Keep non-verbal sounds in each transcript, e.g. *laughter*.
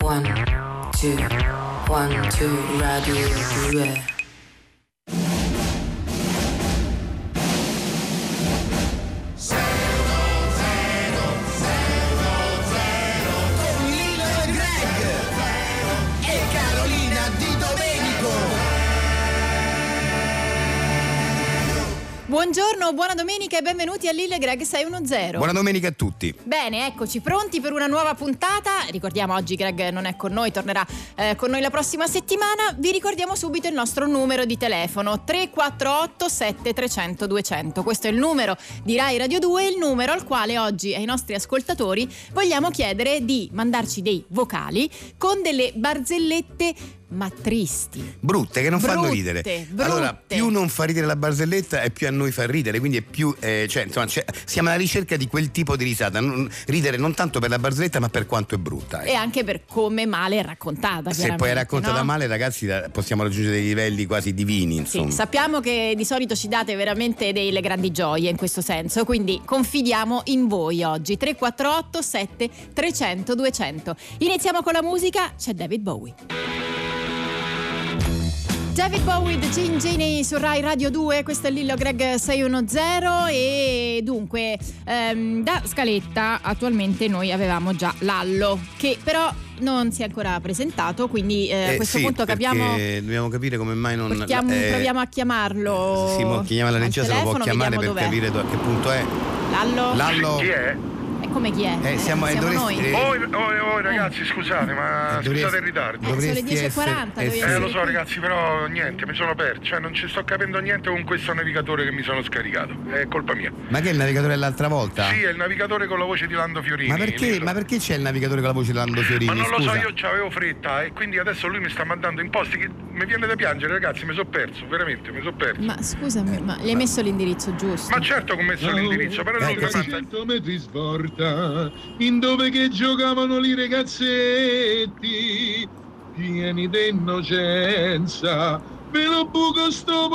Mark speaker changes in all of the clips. Speaker 1: One, two, one, two, radio 2.
Speaker 2: con Lino e Greg e Carolina Di Domenico.
Speaker 3: Buongiorno, buona domenica e benvenuti a Lille Greg 610.
Speaker 4: Buona domenica a tutti.
Speaker 3: Bene, eccoci pronti per una nuova puntata. Ricordiamo oggi Greg non è con noi, tornerà eh, con noi la prossima settimana. Vi ricordiamo subito il nostro numero di telefono 348 7300 200. Questo è il numero di Rai Radio 2, il numero al quale oggi ai nostri ascoltatori vogliamo chiedere di mandarci dei vocali con delle barzellette ma tristi.
Speaker 4: Brutte che non fanno
Speaker 3: Brutte,
Speaker 4: ridere.
Speaker 3: brutte.
Speaker 4: Allora, più non fa ridere la barzelletta e più a noi fa ridere, quindi è più eh, cioè, insomma, c'è- siamo alla ricerca di quel tipo di risata, non- ridere non tanto per la barzelletta, ma per quanto è brutta. eh.
Speaker 3: E anche per come male è raccontata.
Speaker 4: Se poi è
Speaker 3: ah, chiaramente,
Speaker 4: raccontata
Speaker 3: no?
Speaker 4: male, ragazzi, la- possiamo raggiungere dei livelli quasi divini,
Speaker 3: Sì,
Speaker 4: insomma.
Speaker 3: sappiamo che di solito ci date veramente delle grandi gioie in questo senso, quindi confidiamo in voi oggi. 348 7 300 200. Iniziamo con la musica, c'è David Bowie. David Bowie, The Gin Genie su Rai Radio 2, questo è Lillo Greg 610 e dunque ehm, da scaletta attualmente noi avevamo già Lallo che però non si è ancora presentato, quindi eh, a
Speaker 4: Eh,
Speaker 3: questo
Speaker 4: sì,
Speaker 3: punto
Speaker 4: perché
Speaker 3: capiamo...
Speaker 4: Dobbiamo capire come mai non.
Speaker 3: Portiamo-
Speaker 4: eh,
Speaker 3: proviamo a chiamarlo.
Speaker 4: Sì, mo, chiamiamo la
Speaker 3: al
Speaker 4: regia, se lo può
Speaker 3: telefono,
Speaker 4: chiamare per
Speaker 3: vediamo dov'è.
Speaker 4: capire do- a che punto è.
Speaker 3: Lallo?
Speaker 4: Lallo.
Speaker 5: Chi è?
Speaker 3: E come chi è?
Speaker 4: Eh, siamo- eh, dovresti-
Speaker 3: noi.
Speaker 4: eh,
Speaker 5: Oh, oh, oh, ragazzi, scusate, ma
Speaker 4: Eh, dovresti-
Speaker 5: scusate il ritardo.
Speaker 3: Eh, sono le
Speaker 4: dovresti
Speaker 3: 10:40,
Speaker 4: essere-
Speaker 3: dovevi
Speaker 5: Eh,
Speaker 3: essere
Speaker 5: lo so
Speaker 3: qui.
Speaker 5: ragazzi, però niente, mi sono perso, cioè non ci sto capendo niente con questo navigatore che mi sono scaricato, è colpa mia.
Speaker 4: Ma che è il navigatore dell'altra volta?
Speaker 5: Sì, è il navigatore con la voce di Lando Fiorini.
Speaker 4: Ma perché,
Speaker 5: Nillo.
Speaker 4: ma perché c'è il navigatore con la voce di Lando Fiorini?
Speaker 5: Ma non lo
Speaker 4: Scusa.
Speaker 5: so, io avevo fretta e quindi adesso lui mi sta mandando in posti che mi viene da piangere ragazzi, mi sono perso, veramente, mi sono perso. Ma...
Speaker 3: Ma scusami, ma gli hai messo l'indirizzo giusto?
Speaker 5: certo che ho messo l'indirizzo,
Speaker 4: Eh,
Speaker 5: però lui mi
Speaker 4: così.
Speaker 5: manda...
Speaker 6: 300 metri svolta, in dove che giocavano i ragazzetti, pieni d'innocenza, ve lo buco sto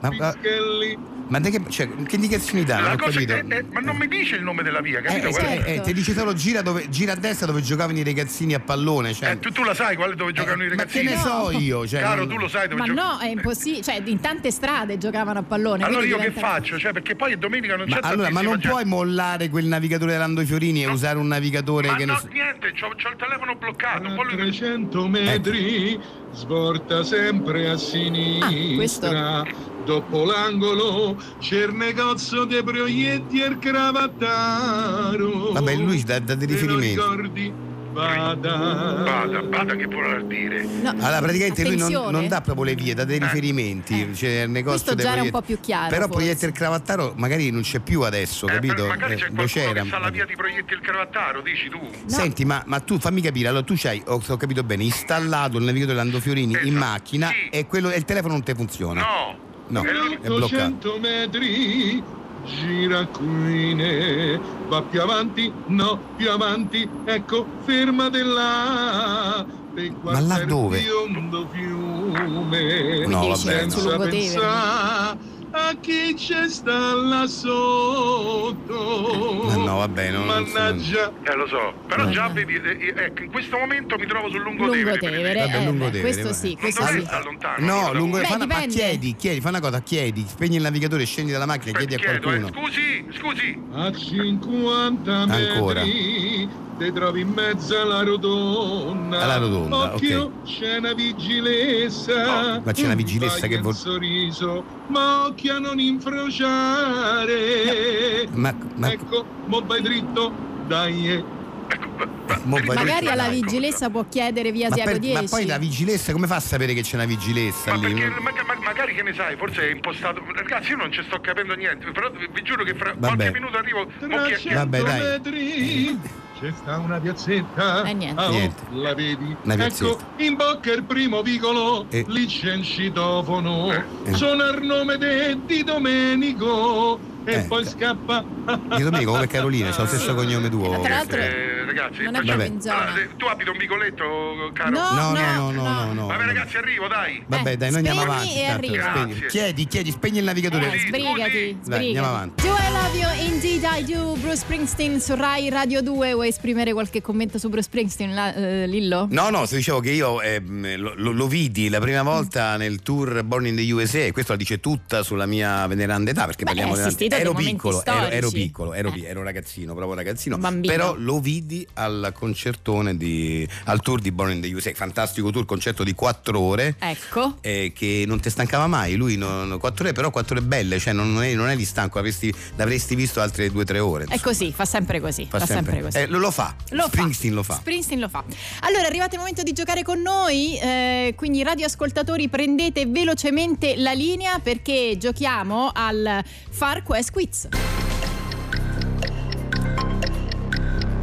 Speaker 6: pallone.
Speaker 4: Ma-
Speaker 6: Picchelli,
Speaker 4: Ma di che, cioè, che indicazioni dà? Non
Speaker 5: La
Speaker 4: ho
Speaker 5: cosa
Speaker 4: capito.
Speaker 5: è- è- ma non mi dice il nome della via,
Speaker 4: Eh,
Speaker 5: capito?
Speaker 4: eh,
Speaker 5: Guarda.
Speaker 4: eh, eh, ti dice solo gira, dove- gira a destra dove giocavano i ragazzini a pallone. Cioè,
Speaker 5: Eh, tu, tu la sai quale dove giocano i
Speaker 4: ma che
Speaker 5: ragazzini?
Speaker 4: ne so io? Cioè,
Speaker 5: Caro,
Speaker 4: non-
Speaker 5: tu lo sai dove
Speaker 3: Ma
Speaker 5: giocano.
Speaker 3: no, è impossibile. Cioè, in tante strade giocavano a pallone.
Speaker 5: Allora
Speaker 3: quindi
Speaker 5: io che
Speaker 3: diventa-
Speaker 5: faccio? Cioè, perché poi domenica non
Speaker 4: Ma,
Speaker 5: c'è
Speaker 4: allora, ma
Speaker 5: tantissima
Speaker 4: non
Speaker 5: gente.
Speaker 4: puoi mollare quel navigatore di Lando Fiorini e
Speaker 5: No.
Speaker 4: usare un navigatore
Speaker 5: Ma
Speaker 4: che
Speaker 5: no,
Speaker 4: non so-
Speaker 5: niente, c'ho, c'ho il telefono bloccato.
Speaker 6: a
Speaker 5: Poi lui...
Speaker 6: 300 metri svolta sempre a sinistra. Dopo l'angolo c'è il negozio dei proietti e il cravattaro.
Speaker 4: Vabbè, lui ci dà- dà dei
Speaker 6: Te lo
Speaker 4: riferimenti.
Speaker 6: ricordi? Vada.
Speaker 5: Bada, bada che vuole ardire.
Speaker 3: No,
Speaker 4: Allora, praticamente lui non,
Speaker 3: attenzione.
Speaker 4: non dà proprio le vie, dà dei riferimenti.
Speaker 3: Eh.
Speaker 4: Cioè, il negozio
Speaker 3: Questo
Speaker 4: dei
Speaker 3: già era un
Speaker 4: proiett-
Speaker 3: po' più chiaro,
Speaker 4: Però
Speaker 3: forse.
Speaker 4: Proietti il Cravattaro magari non c'è più adesso, capito?
Speaker 5: Eh, magari c'è
Speaker 4: Eh,
Speaker 5: qualcuno
Speaker 4: Vocera.
Speaker 5: che sa la via di proietti il cravattaro, dici tu?
Speaker 4: Senti, ma, ma tu fammi capire, allora tu c'hai, oh, ho, ho capito bene, installato il navigatore Lando Fiorini in
Speaker 5: Esatto.
Speaker 4: macchina
Speaker 5: Sì.
Speaker 4: e, quello- e il telefono non ti funziona.
Speaker 5: No.
Speaker 4: No,
Speaker 5: Eh,
Speaker 4: è bloccato.
Speaker 6: 800 metri gira qui ne va più avanti no più avanti ecco fermate là per guardare
Speaker 4: là dove?
Speaker 6: il biondo fiume
Speaker 4: No,
Speaker 3: Quindi
Speaker 4: vabbè,
Speaker 3: ci penso
Speaker 4: no.
Speaker 6: senza
Speaker 3: lungo Tevere.
Speaker 6: pensare a chi c'è sta là sotto
Speaker 4: Ma no, vabbè, non- non so.
Speaker 6: mannaggia
Speaker 5: Eh, lo so. Però
Speaker 4: Eh.
Speaker 5: già vedi, eh, eh, ecco, in questo momento mi trovo sul lungo
Speaker 3: Lungo
Speaker 5: Tevere.
Speaker 3: Tevere.
Speaker 4: Vabbè,
Speaker 3: eh,
Speaker 4: lungo
Speaker 3: beh,
Speaker 4: Tevere,
Speaker 3: questo
Speaker 4: vabbè.
Speaker 3: sì,
Speaker 5: Non
Speaker 3: questo
Speaker 5: dovrei
Speaker 3: sì.
Speaker 5: stare lontano.
Speaker 4: No, lungo
Speaker 3: Beh,
Speaker 4: fa una- ma
Speaker 3: dipende.
Speaker 4: chiedi, chiedi, fa una cosa, chiedi, spegni il navigatore, scendi dalla macchina,
Speaker 5: Aspetta,
Speaker 4: chiedi a
Speaker 5: chiedo, eh,
Speaker 4: qualcuno.
Speaker 5: Scusi, scusi.
Speaker 6: A 50
Speaker 4: Ancora.
Speaker 6: metri ti trovi in mezzo alla rotonda.
Speaker 4: Alla rotonda,
Speaker 6: Occhio,
Speaker 4: ok.
Speaker 6: c'è una vigilessa.
Speaker 4: Ma c'è una vigilessa
Speaker 6: Vai
Speaker 4: che
Speaker 6: al
Speaker 4: vuol.
Speaker 6: sorriso, ma occhio a non infrociare.
Speaker 4: Ma, ma-
Speaker 6: Ecco, mo vai dritto, dai. eh.
Speaker 5: Ecco, ma-
Speaker 4: Mo vai
Speaker 3: Magari
Speaker 4: dritto,
Speaker 3: alla
Speaker 4: dai,
Speaker 3: vigilessa può chiedere via
Speaker 4: ma
Speaker 3: Asiago
Speaker 4: per-
Speaker 3: 10.
Speaker 4: ma poi la vigilessa, come fa a sapere che c'è una vigilessa
Speaker 5: Ma
Speaker 4: lì?
Speaker 5: perché
Speaker 4: No?
Speaker 5: ma- ma- magari che ne sai, forse è impostato. Ragazzi, io non ci sto capendo niente, però vi vi giuro che fra
Speaker 4: Vabbè.
Speaker 5: qualche minuto arrivo. mo chi è- chi è?
Speaker 6: 300
Speaker 4: Vabbè, dai. Eh.
Speaker 6: metri. C'è sta una piazzetta.
Speaker 3: Eh, niente.
Speaker 6: Ah, oh,
Speaker 4: Niente.
Speaker 6: La vedi?
Speaker 4: Una piazzetta.
Speaker 6: Ecco, in bocca il primo vicolo.
Speaker 4: Eh.
Speaker 6: Lì c'è un citofono.
Speaker 4: Eh.
Speaker 6: Sono al nome de- di Domenico. E
Speaker 4: Eh,
Speaker 6: poi
Speaker 4: ca-
Speaker 6: scappa.
Speaker 4: Di Domenico come Carolina, c'ha lo stesso cognome tuo.
Speaker 3: Ma tra l'altro-
Speaker 5: Eh,
Speaker 7: ragazzi.
Speaker 3: Non è
Speaker 7: Facciamo-
Speaker 3: proprio in zona.
Speaker 7: Allora, se- tu abiti un vicoletto, caro?
Speaker 3: No,
Speaker 4: No, no,
Speaker 3: no,
Speaker 4: no, no, no.
Speaker 3: no.
Speaker 4: no.
Speaker 7: Vabbè, ragazzi, arrivo, dai.
Speaker 4: Vabbè,
Speaker 3: Eh,
Speaker 4: dai, noi andiamo
Speaker 3: spegni
Speaker 4: avanti.
Speaker 3: e
Speaker 4: tanto,
Speaker 3: arriva.
Speaker 4: spegni.
Speaker 7: Grazie.
Speaker 4: Chiedi, chiedi, spegni il
Speaker 3: Eh,
Speaker 4: navigatore.
Speaker 7: Scusi,
Speaker 3: sbrigati,
Speaker 7: scusi.
Speaker 3: sbrigati.
Speaker 4: Dai, andiamo avanti.
Speaker 3: Do I love you? Indeed I do. Bruce Springsteen su Rai Radio 2. Vuoi esprimere qualche commento su Bruce Springsteen, la- eh, Lillo?
Speaker 4: No, no, ti dicevo che io ehm, lo, lo- lo vidi la
Speaker 3: Mm.
Speaker 4: prima volta nel tour Born in the USA, e questo la dice tutta sulla mia veneranda età, perché
Speaker 3: Beh,
Speaker 4: parliamo
Speaker 3: hai
Speaker 4: di
Speaker 3: assistito a
Speaker 4: ero,
Speaker 3: dei
Speaker 4: piccolo,
Speaker 3: momenti
Speaker 4: ero, ero
Speaker 3: storici.
Speaker 4: piccolo, ero
Speaker 3: Eh.
Speaker 4: pi- ero ragazzino, proprio ragazzino,
Speaker 3: Un bambino.
Speaker 4: però lo vidi al concertone di, al tour di Born in the USA, fantastico tour, concerto di quattro ore.
Speaker 3: Ecco.
Speaker 4: eh, che non ti stancava mai, lui non, quattro ore, però quattro ore belle, cioè non, non eri, non eri stanco, avresti- l'avresti visto altre due o tre ore.
Speaker 3: È così, fa sempre così. Eh, Fa, sempre. così.
Speaker 4: Eh, lo, lo fa,
Speaker 3: Lo fa.
Speaker 4: Springsteen lo fa.
Speaker 3: Springsteen lo fa. Allora, è arrivato il momento di giocare con noi. eh, quindi, radioascoltatori, prendete velocemente la linea perché giochiamo al Far Quest Quiz.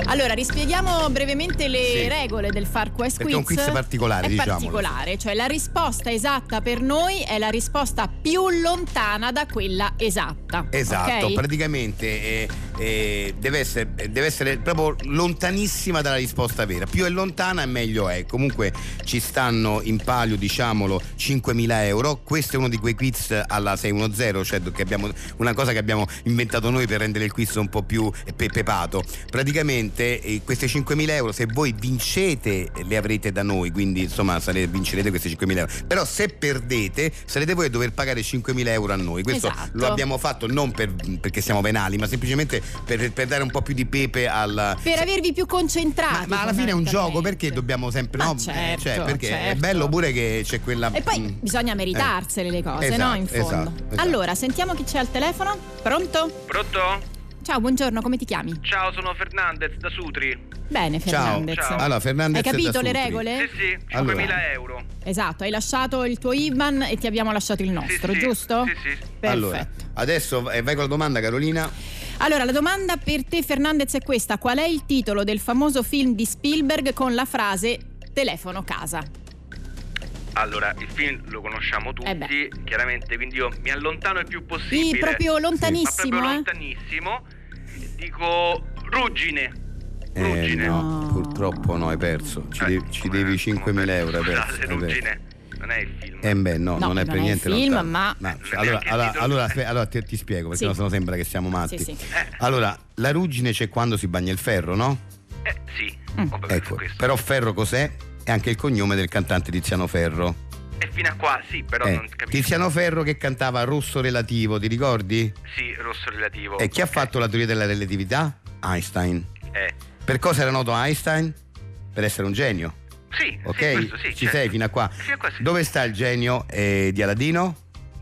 Speaker 3: Allora, rispieghiamo brevemente le
Speaker 4: Sì.
Speaker 3: regole del Far Quest
Speaker 4: Perché è
Speaker 3: Quiz.
Speaker 4: un quiz particolare,
Speaker 3: È
Speaker 4: diciamolo.
Speaker 3: particolare, cioè la risposta esatta per noi è la risposta più lontana da quella esatta.
Speaker 4: Esatto,
Speaker 3: ok?
Speaker 4: praticamente eh, eh, deve, essere, eh, deve essere proprio lontanissima dalla risposta vera. Più è lontana, meglio è. Comunque ci stanno in palio, diciamolo, 5.000 euro. Questo è uno di quei quiz alla 610, cioè che abbiamo- una cosa che abbiamo inventato noi per rendere il quiz un po' più eh, pe- pepato. Praticamente eh, queste 5.000 euro, se voi vincete, eh, le avrete da noi, quindi insomma sare- vincerete queste 5.000 euro. Però se perdete, sarete voi a dover pagare 5.000 euro a noi. Questo
Speaker 3: Esatto.
Speaker 4: lo abbiamo abbiamo fatto non per- perché siamo venali, ma semplicemente per, per dare un po' più di pepe al.
Speaker 3: Per avervi più
Speaker 4: Ma,
Speaker 3: concentrati.
Speaker 4: ma alla fine è un gioco,
Speaker 3: fondamentalmente.
Speaker 4: perché dobbiamo sempre.
Speaker 3: Ma
Speaker 4: no? Eh,
Speaker 3: certo,
Speaker 4: cioè, perché è
Speaker 3: certo.
Speaker 4: bello pure che c'è quella.
Speaker 3: E poi
Speaker 4: mm,
Speaker 3: bisogna
Speaker 4: eh.
Speaker 3: meritarsele le cose,
Speaker 4: Esatto,
Speaker 3: no? In fondo.
Speaker 4: esatto, esatto.
Speaker 3: Allora, sentiamo chi c'è al telefono. Pronto?
Speaker 1: Pronto?
Speaker 3: Ciao, buongiorno, come ti chiami?
Speaker 1: Ciao, sono Fernandez da Sutri.
Speaker 3: Bene,
Speaker 4: Ciao.
Speaker 3: Fernandez.
Speaker 1: Ciao.
Speaker 4: Allora, Fernandez
Speaker 3: Hai
Speaker 4: da
Speaker 3: capito le
Speaker 4: Sutri.
Speaker 3: regole?
Speaker 1: Sì, sì, 5.000
Speaker 4: Allora.
Speaker 1: euro.
Speaker 3: Esatto, hai lasciato il tuo IBAN e ti abbiamo lasciato il nostro,
Speaker 1: sì,
Speaker 3: giusto?
Speaker 1: sì, sì.
Speaker 3: Perfetto.
Speaker 4: Allora, adesso eh, vai con la domanda, Carolina.
Speaker 3: Allora, la domanda per te, Fernandez, è questa: qual è il titolo del famoso film di Spielberg con la frase telefono casa?
Speaker 1: Allora, il film lo conosciamo
Speaker 3: Eh
Speaker 1: tutti,
Speaker 3: beh.
Speaker 1: chiaramente, quindi io mi allontano il più possibile.
Speaker 3: Sì, proprio lontanissimo,
Speaker 1: Ma proprio
Speaker 3: eh.
Speaker 1: lontanissimo. Dico ruggine. Ruggine.
Speaker 4: Eh, no, purtroppo no, hai perso. Ci,
Speaker 1: Eh,
Speaker 4: devi, ci
Speaker 1: come-
Speaker 4: devi
Speaker 1: come
Speaker 4: 5.000 euro. Hai perso.
Speaker 1: Scusate,
Speaker 4: hai perso.
Speaker 1: ruggine. Non è il film.
Speaker 4: Eh beh, no,
Speaker 3: No,
Speaker 4: non è
Speaker 3: non
Speaker 4: per
Speaker 3: è
Speaker 4: niente
Speaker 3: un film,
Speaker 4: lontano.
Speaker 3: ma-
Speaker 4: cioè, allora,
Speaker 1: Neanche
Speaker 4: allora,
Speaker 1: titolo.
Speaker 4: allora, aspe- allora ti, ti spiego, perché
Speaker 3: Sì.
Speaker 4: no, sennò sembra che siamo matti.
Speaker 3: Sì, sì.
Speaker 4: Allora, la ruggine c'è quando si bagna il ferro, no?
Speaker 1: Eh, sì,
Speaker 3: Mm.
Speaker 1: ho capito
Speaker 4: Ecco,
Speaker 1: questo.
Speaker 4: però Ferro cos'è? È anche il cognome del cantante Tiziano Ferro.
Speaker 1: E fino a qua sì, però
Speaker 4: Eh,
Speaker 1: non capisco.
Speaker 4: Tiziano Ferro che cantava Rosso Relativo, ti ricordi?
Speaker 1: Sì, rosso relativo.
Speaker 4: E chi ha fatto la teoria della relatività? Einstein.
Speaker 1: Eh,
Speaker 4: Per cosa era noto Einstein? Per essere un genio,
Speaker 1: sì,
Speaker 4: ok?
Speaker 1: sì, questo sì.
Speaker 4: Ci
Speaker 1: certo.
Speaker 4: sei fino a qua.
Speaker 1: Fino a qua sì.
Speaker 4: Dove sta il genio eh, di Aladino?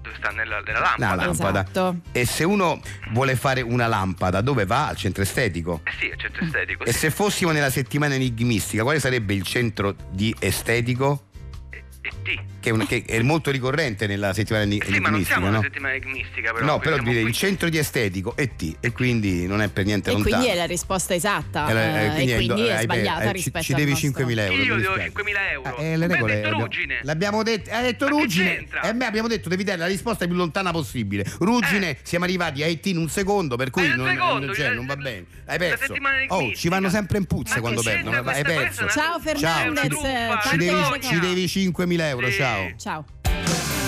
Speaker 1: Dove sta? Nella, nella
Speaker 4: La
Speaker 1: lampada?
Speaker 4: lampada.
Speaker 3: Esatto.
Speaker 4: E se uno vuole fare una lampada, dove va? Al centro estetico.
Speaker 1: Eh sì, è certo estetico.
Speaker 4: E
Speaker 1: sì.
Speaker 4: se fossimo nella settimana enigmistica, quale sarebbe il centro di estetico?
Speaker 1: E, e ti?
Speaker 4: che è, un- che è molto ricorrente nella settimana
Speaker 1: Eh sì, ma non
Speaker 4: enigmistica,
Speaker 1: siamo
Speaker 4: no?
Speaker 1: una settimana enigmistica, però.
Speaker 4: no,
Speaker 1: qui
Speaker 4: però
Speaker 1: siamo
Speaker 4: direi
Speaker 1: qui.
Speaker 4: il centro di estetico e T, e quindi non è per niente
Speaker 3: E
Speaker 4: lontano.
Speaker 3: quindi è la risposta esatta.
Speaker 4: Eh,
Speaker 3: eh,
Speaker 4: eh,
Speaker 3: e
Speaker 4: hai-
Speaker 3: quindi è
Speaker 4: hai-
Speaker 3: sbagliata
Speaker 4: hai- ci-
Speaker 3: rispetto
Speaker 4: Ci
Speaker 3: al
Speaker 4: devi
Speaker 3: nostro.
Speaker 4: 5.000 euro.
Speaker 1: Io
Speaker 4: mi
Speaker 1: devo
Speaker 4: dispia-
Speaker 1: 5.000 euro.
Speaker 4: Ah, eh, le
Speaker 1: Ma hai
Speaker 4: regole
Speaker 1: detto
Speaker 4: abbiamo-
Speaker 1: ruggine.
Speaker 4: L'abbiamo detto, hai detto
Speaker 1: Ma che
Speaker 4: ruggine.
Speaker 1: c'entra?
Speaker 4: E me abbiamo detto devi dare la risposta più lontana possibile. Ruggine,
Speaker 1: Eh.
Speaker 4: siamo arrivati a IT in un secondo, per cui
Speaker 1: Eh, un
Speaker 4: non,
Speaker 1: secondo,
Speaker 4: non- cioè,
Speaker 1: cioè,
Speaker 4: non va bene. Hai
Speaker 1: la
Speaker 4: perso.
Speaker 1: settimana
Speaker 4: Oh, ci vanno
Speaker 1: enigmistica.
Speaker 4: sempre in puzza
Speaker 1: Ma
Speaker 4: quando
Speaker 1: che
Speaker 4: perdono.
Speaker 1: c'entra
Speaker 4: Hai
Speaker 1: questa
Speaker 4: perso.
Speaker 1: cosa?
Speaker 3: Ciao Fernandez,
Speaker 1: Ciao, è una truffa,
Speaker 4: Ci devi,
Speaker 1: Antonio.
Speaker 4: ci devi 5.000 euro,
Speaker 1: Sì.
Speaker 4: ciao.
Speaker 3: Ciao.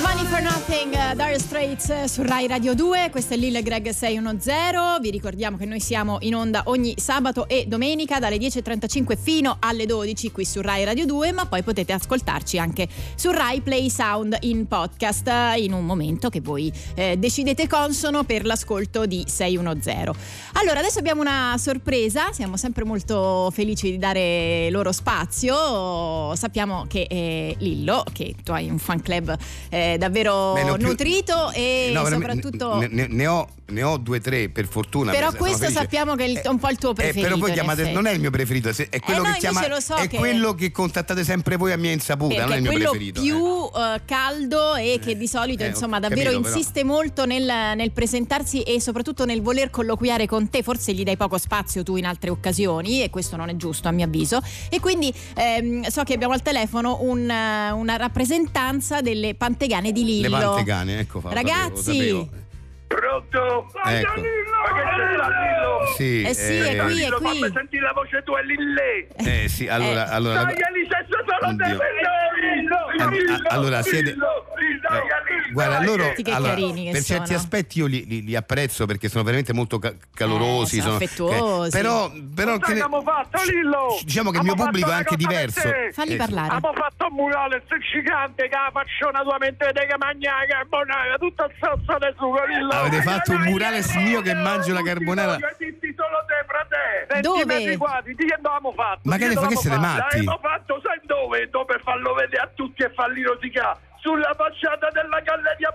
Speaker 3: Money for Nothing, eh, Dire Straits eh, su Rai Radio 2, questo è Lil Greg 610, vi ricordiamo che noi siamo in onda ogni sabato e domenica dalle 10.35 fino alle 12 qui su Rai Radio 2, ma poi potete ascoltarci anche su Rai Play Sound in podcast eh, in un momento che voi eh, decidete consono per l'ascolto di 610. Allora, adesso abbiamo una sorpresa, siamo sempre molto felici di dare loro spazio. Sappiamo che eh, Lillo, che tu hai un fan club eh, davvero
Speaker 4: Beh, ne ho più-
Speaker 3: nutrito e
Speaker 4: No, veramente,
Speaker 3: soprattutto...
Speaker 4: Ne, ne- ne ho, ne ho due o tre, per fortuna.
Speaker 3: Però
Speaker 4: sono
Speaker 3: questo
Speaker 4: felice.
Speaker 3: sappiamo che è il-
Speaker 4: Eh,
Speaker 3: un po' il tuo
Speaker 4: eh,
Speaker 3: preferito,
Speaker 4: però voi
Speaker 3: in
Speaker 4: chiamate,
Speaker 3: effetti. Eh,
Speaker 4: non è il mio preferito, se- è quello
Speaker 3: no,
Speaker 4: che
Speaker 3: invece
Speaker 4: chiama,
Speaker 3: lo so
Speaker 4: è
Speaker 3: che-
Speaker 4: quello che contattate sempre voi a mia insaputa,
Speaker 3: perché
Speaker 4: non è
Speaker 3: è
Speaker 4: il mio
Speaker 3: quello
Speaker 4: preferito.
Speaker 3: più
Speaker 4: eh.
Speaker 3: eh, caldo e che
Speaker 4: Eh,
Speaker 3: di solito
Speaker 4: eh, ho
Speaker 3: insomma davvero
Speaker 4: capito, però.
Speaker 3: insiste molto nel, nel presentarsi e soprattutto nel voler colloquiare con te forse gli dai poco spazio tu in altre occasioni e questo non è giusto a mio avviso e quindi ehm, so che abbiamo al telefono un, eh, una rappresentanza delle pantegane di Lillo
Speaker 4: Le pantegane, ecco fa,
Speaker 3: Ragazzi!
Speaker 4: sapevo, lo sapevo.
Speaker 8: Pronto?
Speaker 4: Ecco.
Speaker 8: Ma che c'è là, Lillo?
Speaker 4: Sì,
Speaker 3: Eh sì, è qui, è
Speaker 8: Lillo,
Speaker 3: qui.
Speaker 8: fammi sentire la voce tua, Lillè.
Speaker 4: eh, sì, allora,
Speaker 3: Eh.
Speaker 4: allora,
Speaker 8: Dai, Alice, sono
Speaker 4: Oddio.
Speaker 8: dei
Speaker 4: Eh,
Speaker 8: noi!
Speaker 4: a- allora, siete- Eh, Guarda, loro
Speaker 3: Sì, che
Speaker 4: allora,
Speaker 3: carini che
Speaker 4: per certi
Speaker 3: sono.
Speaker 4: aspetti io li, li- li apprezzo perché sono veramente molto ca- calorosi,
Speaker 3: Eh, sono affettuosi.
Speaker 4: però, però che ne-
Speaker 8: abbiamo fatto, Lillo?
Speaker 4: diciamo che il mio
Speaker 8: Abbiamo
Speaker 4: pubblico è
Speaker 8: fatto
Speaker 4: anche
Speaker 8: una cosa
Speaker 4: diverso.
Speaker 8: per te.
Speaker 3: Falli
Speaker 4: Eh, sì.
Speaker 3: parlare.
Speaker 8: Abbiamo fatto un murale gigante che la facciona tua mente che mangia la carbonara, tutta il sasso del sugo Lillo.
Speaker 4: Avete fatto un
Speaker 8: Dai,
Speaker 4: murale
Speaker 8: dai,
Speaker 4: mio che
Speaker 8: dai,
Speaker 4: mangio la
Speaker 8: tutti
Speaker 4: carbonara.
Speaker 8: voglio dirti solo te, frate.
Speaker 3: Dove?
Speaker 8: 20 metri quadri, di che abbiamo fatto?
Speaker 4: Ma che ne fa- che siete matti?
Speaker 8: L'abbiamo fatto, sai dove? Dove farlo vedere a tutti e farli rosicare? Sulla facciata della galleria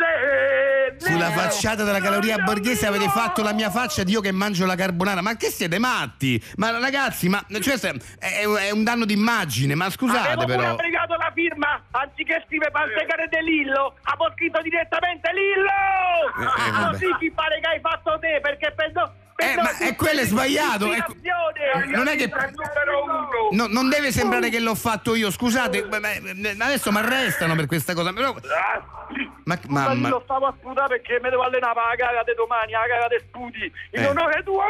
Speaker 8: Borghese!
Speaker 4: Sulla
Speaker 3: Eh.
Speaker 4: facciata della caloria borghese avete fatto la mia faccia di io che mangio la carbonara. Ma che siete matti? Ma ragazzi, ma cioè, se- è, è un danno d'immagine, ma
Speaker 8: Avevo
Speaker 4: scusate
Speaker 8: pure
Speaker 4: però.
Speaker 8: pregato la firma, anziché scrivere Pantecare De Lillo, avevo scritto direttamente Lillo!
Speaker 4: Eh, eh, vabbè.
Speaker 8: Così chi pare che hai fatto te, perché penso...
Speaker 4: Eh, ma è quello è sbagliato. è- non è che No, non deve sembrare che l'ho fatto io, scusate, ma- ma- adesso mi arrestano per questa cosa. Però, ma
Speaker 8: Mamma.
Speaker 4: mamma,
Speaker 8: Lo stavo a sputare perché me devo allenare per la gara di domani, la gara di sputi. In
Speaker 4: Eh.
Speaker 8: onore tuo,
Speaker 3: Ah,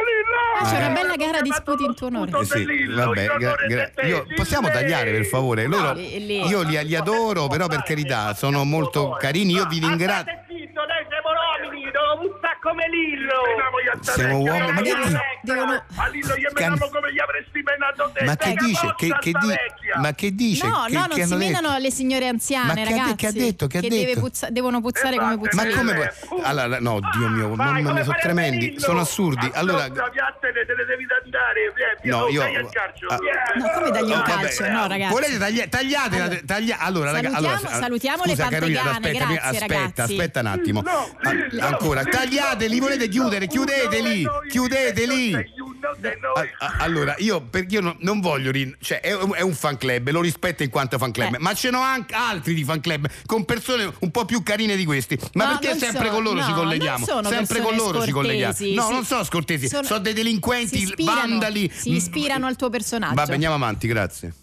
Speaker 8: Lillo!
Speaker 3: c'è una bella gara di sputi in tuo onore.
Speaker 4: Eh sì, vabbè, gra- gra- io- possiamo tagliare per favore? Loro-
Speaker 3: Lì- lì.
Speaker 4: io li, li adoro, però per carità, sono molto Oh, carini. Io vi ringrazio.
Speaker 8: Andate zitto, noi siamo uomini, devo buttare come Lillo.
Speaker 4: Siamo uomini, ma che dici?
Speaker 3: Devono-
Speaker 8: A Lillo gli
Speaker 4: Cam-
Speaker 8: menavo come gli avresti menato te.
Speaker 4: Ma che
Speaker 8: Venga
Speaker 4: dice?
Speaker 8: forza,
Speaker 4: Che, che
Speaker 8: sta
Speaker 4: di-
Speaker 8: vecchia.
Speaker 4: ma che dice?
Speaker 3: No,
Speaker 4: Che-
Speaker 3: no,
Speaker 4: che
Speaker 3: non si
Speaker 4: hanno detto?
Speaker 3: menano le signore
Speaker 4: Ma
Speaker 3: anziane,
Speaker 4: che ha de-
Speaker 3: ragazzi.
Speaker 4: che ha detto? Che ha
Speaker 3: deve
Speaker 4: detto?
Speaker 3: puzza- devono puzzare
Speaker 8: Esatto,
Speaker 3: come puzza
Speaker 4: Ma
Speaker 8: Eh,
Speaker 3: lei.
Speaker 4: come
Speaker 8: eh,
Speaker 4: può?
Speaker 8: uh,
Speaker 4: Allora, no,
Speaker 8: ah,
Speaker 4: Dio mio,
Speaker 8: vai,
Speaker 4: mamma
Speaker 8: come
Speaker 4: mia, sono
Speaker 8: fare
Speaker 4: tremendi,
Speaker 8: Lillo?
Speaker 4: sono assurdi. Allora,
Speaker 8: Assurda, piattene, te le devi andare, vieni,
Speaker 4: No,
Speaker 8: oh,
Speaker 4: io-
Speaker 8: dai al calcio,
Speaker 4: ah.
Speaker 8: vieni.
Speaker 3: No, come dagli un
Speaker 4: Oh, vabbè.
Speaker 3: calcio? No, ragazzi.
Speaker 4: Volete taglia- tagliate, la-
Speaker 3: Allora,
Speaker 4: taglia- allora, raga-
Speaker 3: salutiamo-
Speaker 4: allora,
Speaker 3: salutiamo le
Speaker 4: scusa, Carolina,
Speaker 3: pantegane, grazie,
Speaker 4: aspetta, aspetta,
Speaker 3: ragazzi.
Speaker 4: aspetta un attimo.
Speaker 8: No,
Speaker 4: Ma-
Speaker 8: Lillo,
Speaker 4: ancora,
Speaker 8: Lillo,
Speaker 4: tagliateli, volete chiudere,
Speaker 8: Lillo,
Speaker 4: chiudeteli,
Speaker 8: uno dei noi,
Speaker 4: chiudeteli.
Speaker 8: sei uno dei noi.
Speaker 4: A- a- allora, io perché io non, non voglio rin- cioè è, un- è un fan club, lo rispetto in quanto fan club,
Speaker 3: Eh.
Speaker 4: ma ce n'ho anche altri di fan club con persone un po' più carine di questi. Ma
Speaker 3: No,
Speaker 4: perché
Speaker 3: non
Speaker 4: sempre
Speaker 3: so-
Speaker 4: con loro ci
Speaker 3: no,
Speaker 4: colleghiamo?
Speaker 3: non sono
Speaker 4: Sempre con
Speaker 3: persone
Speaker 4: loro ci colleghiamo.
Speaker 3: scortesi,
Speaker 4: No,
Speaker 3: sì.
Speaker 4: non sono scortesi, sono,
Speaker 3: Sono-
Speaker 4: dei delinquenti,
Speaker 3: si ispirano-
Speaker 4: vandali.
Speaker 3: si ispirano al tuo personaggio.
Speaker 4: Vabbè, andiamo avanti, grazie.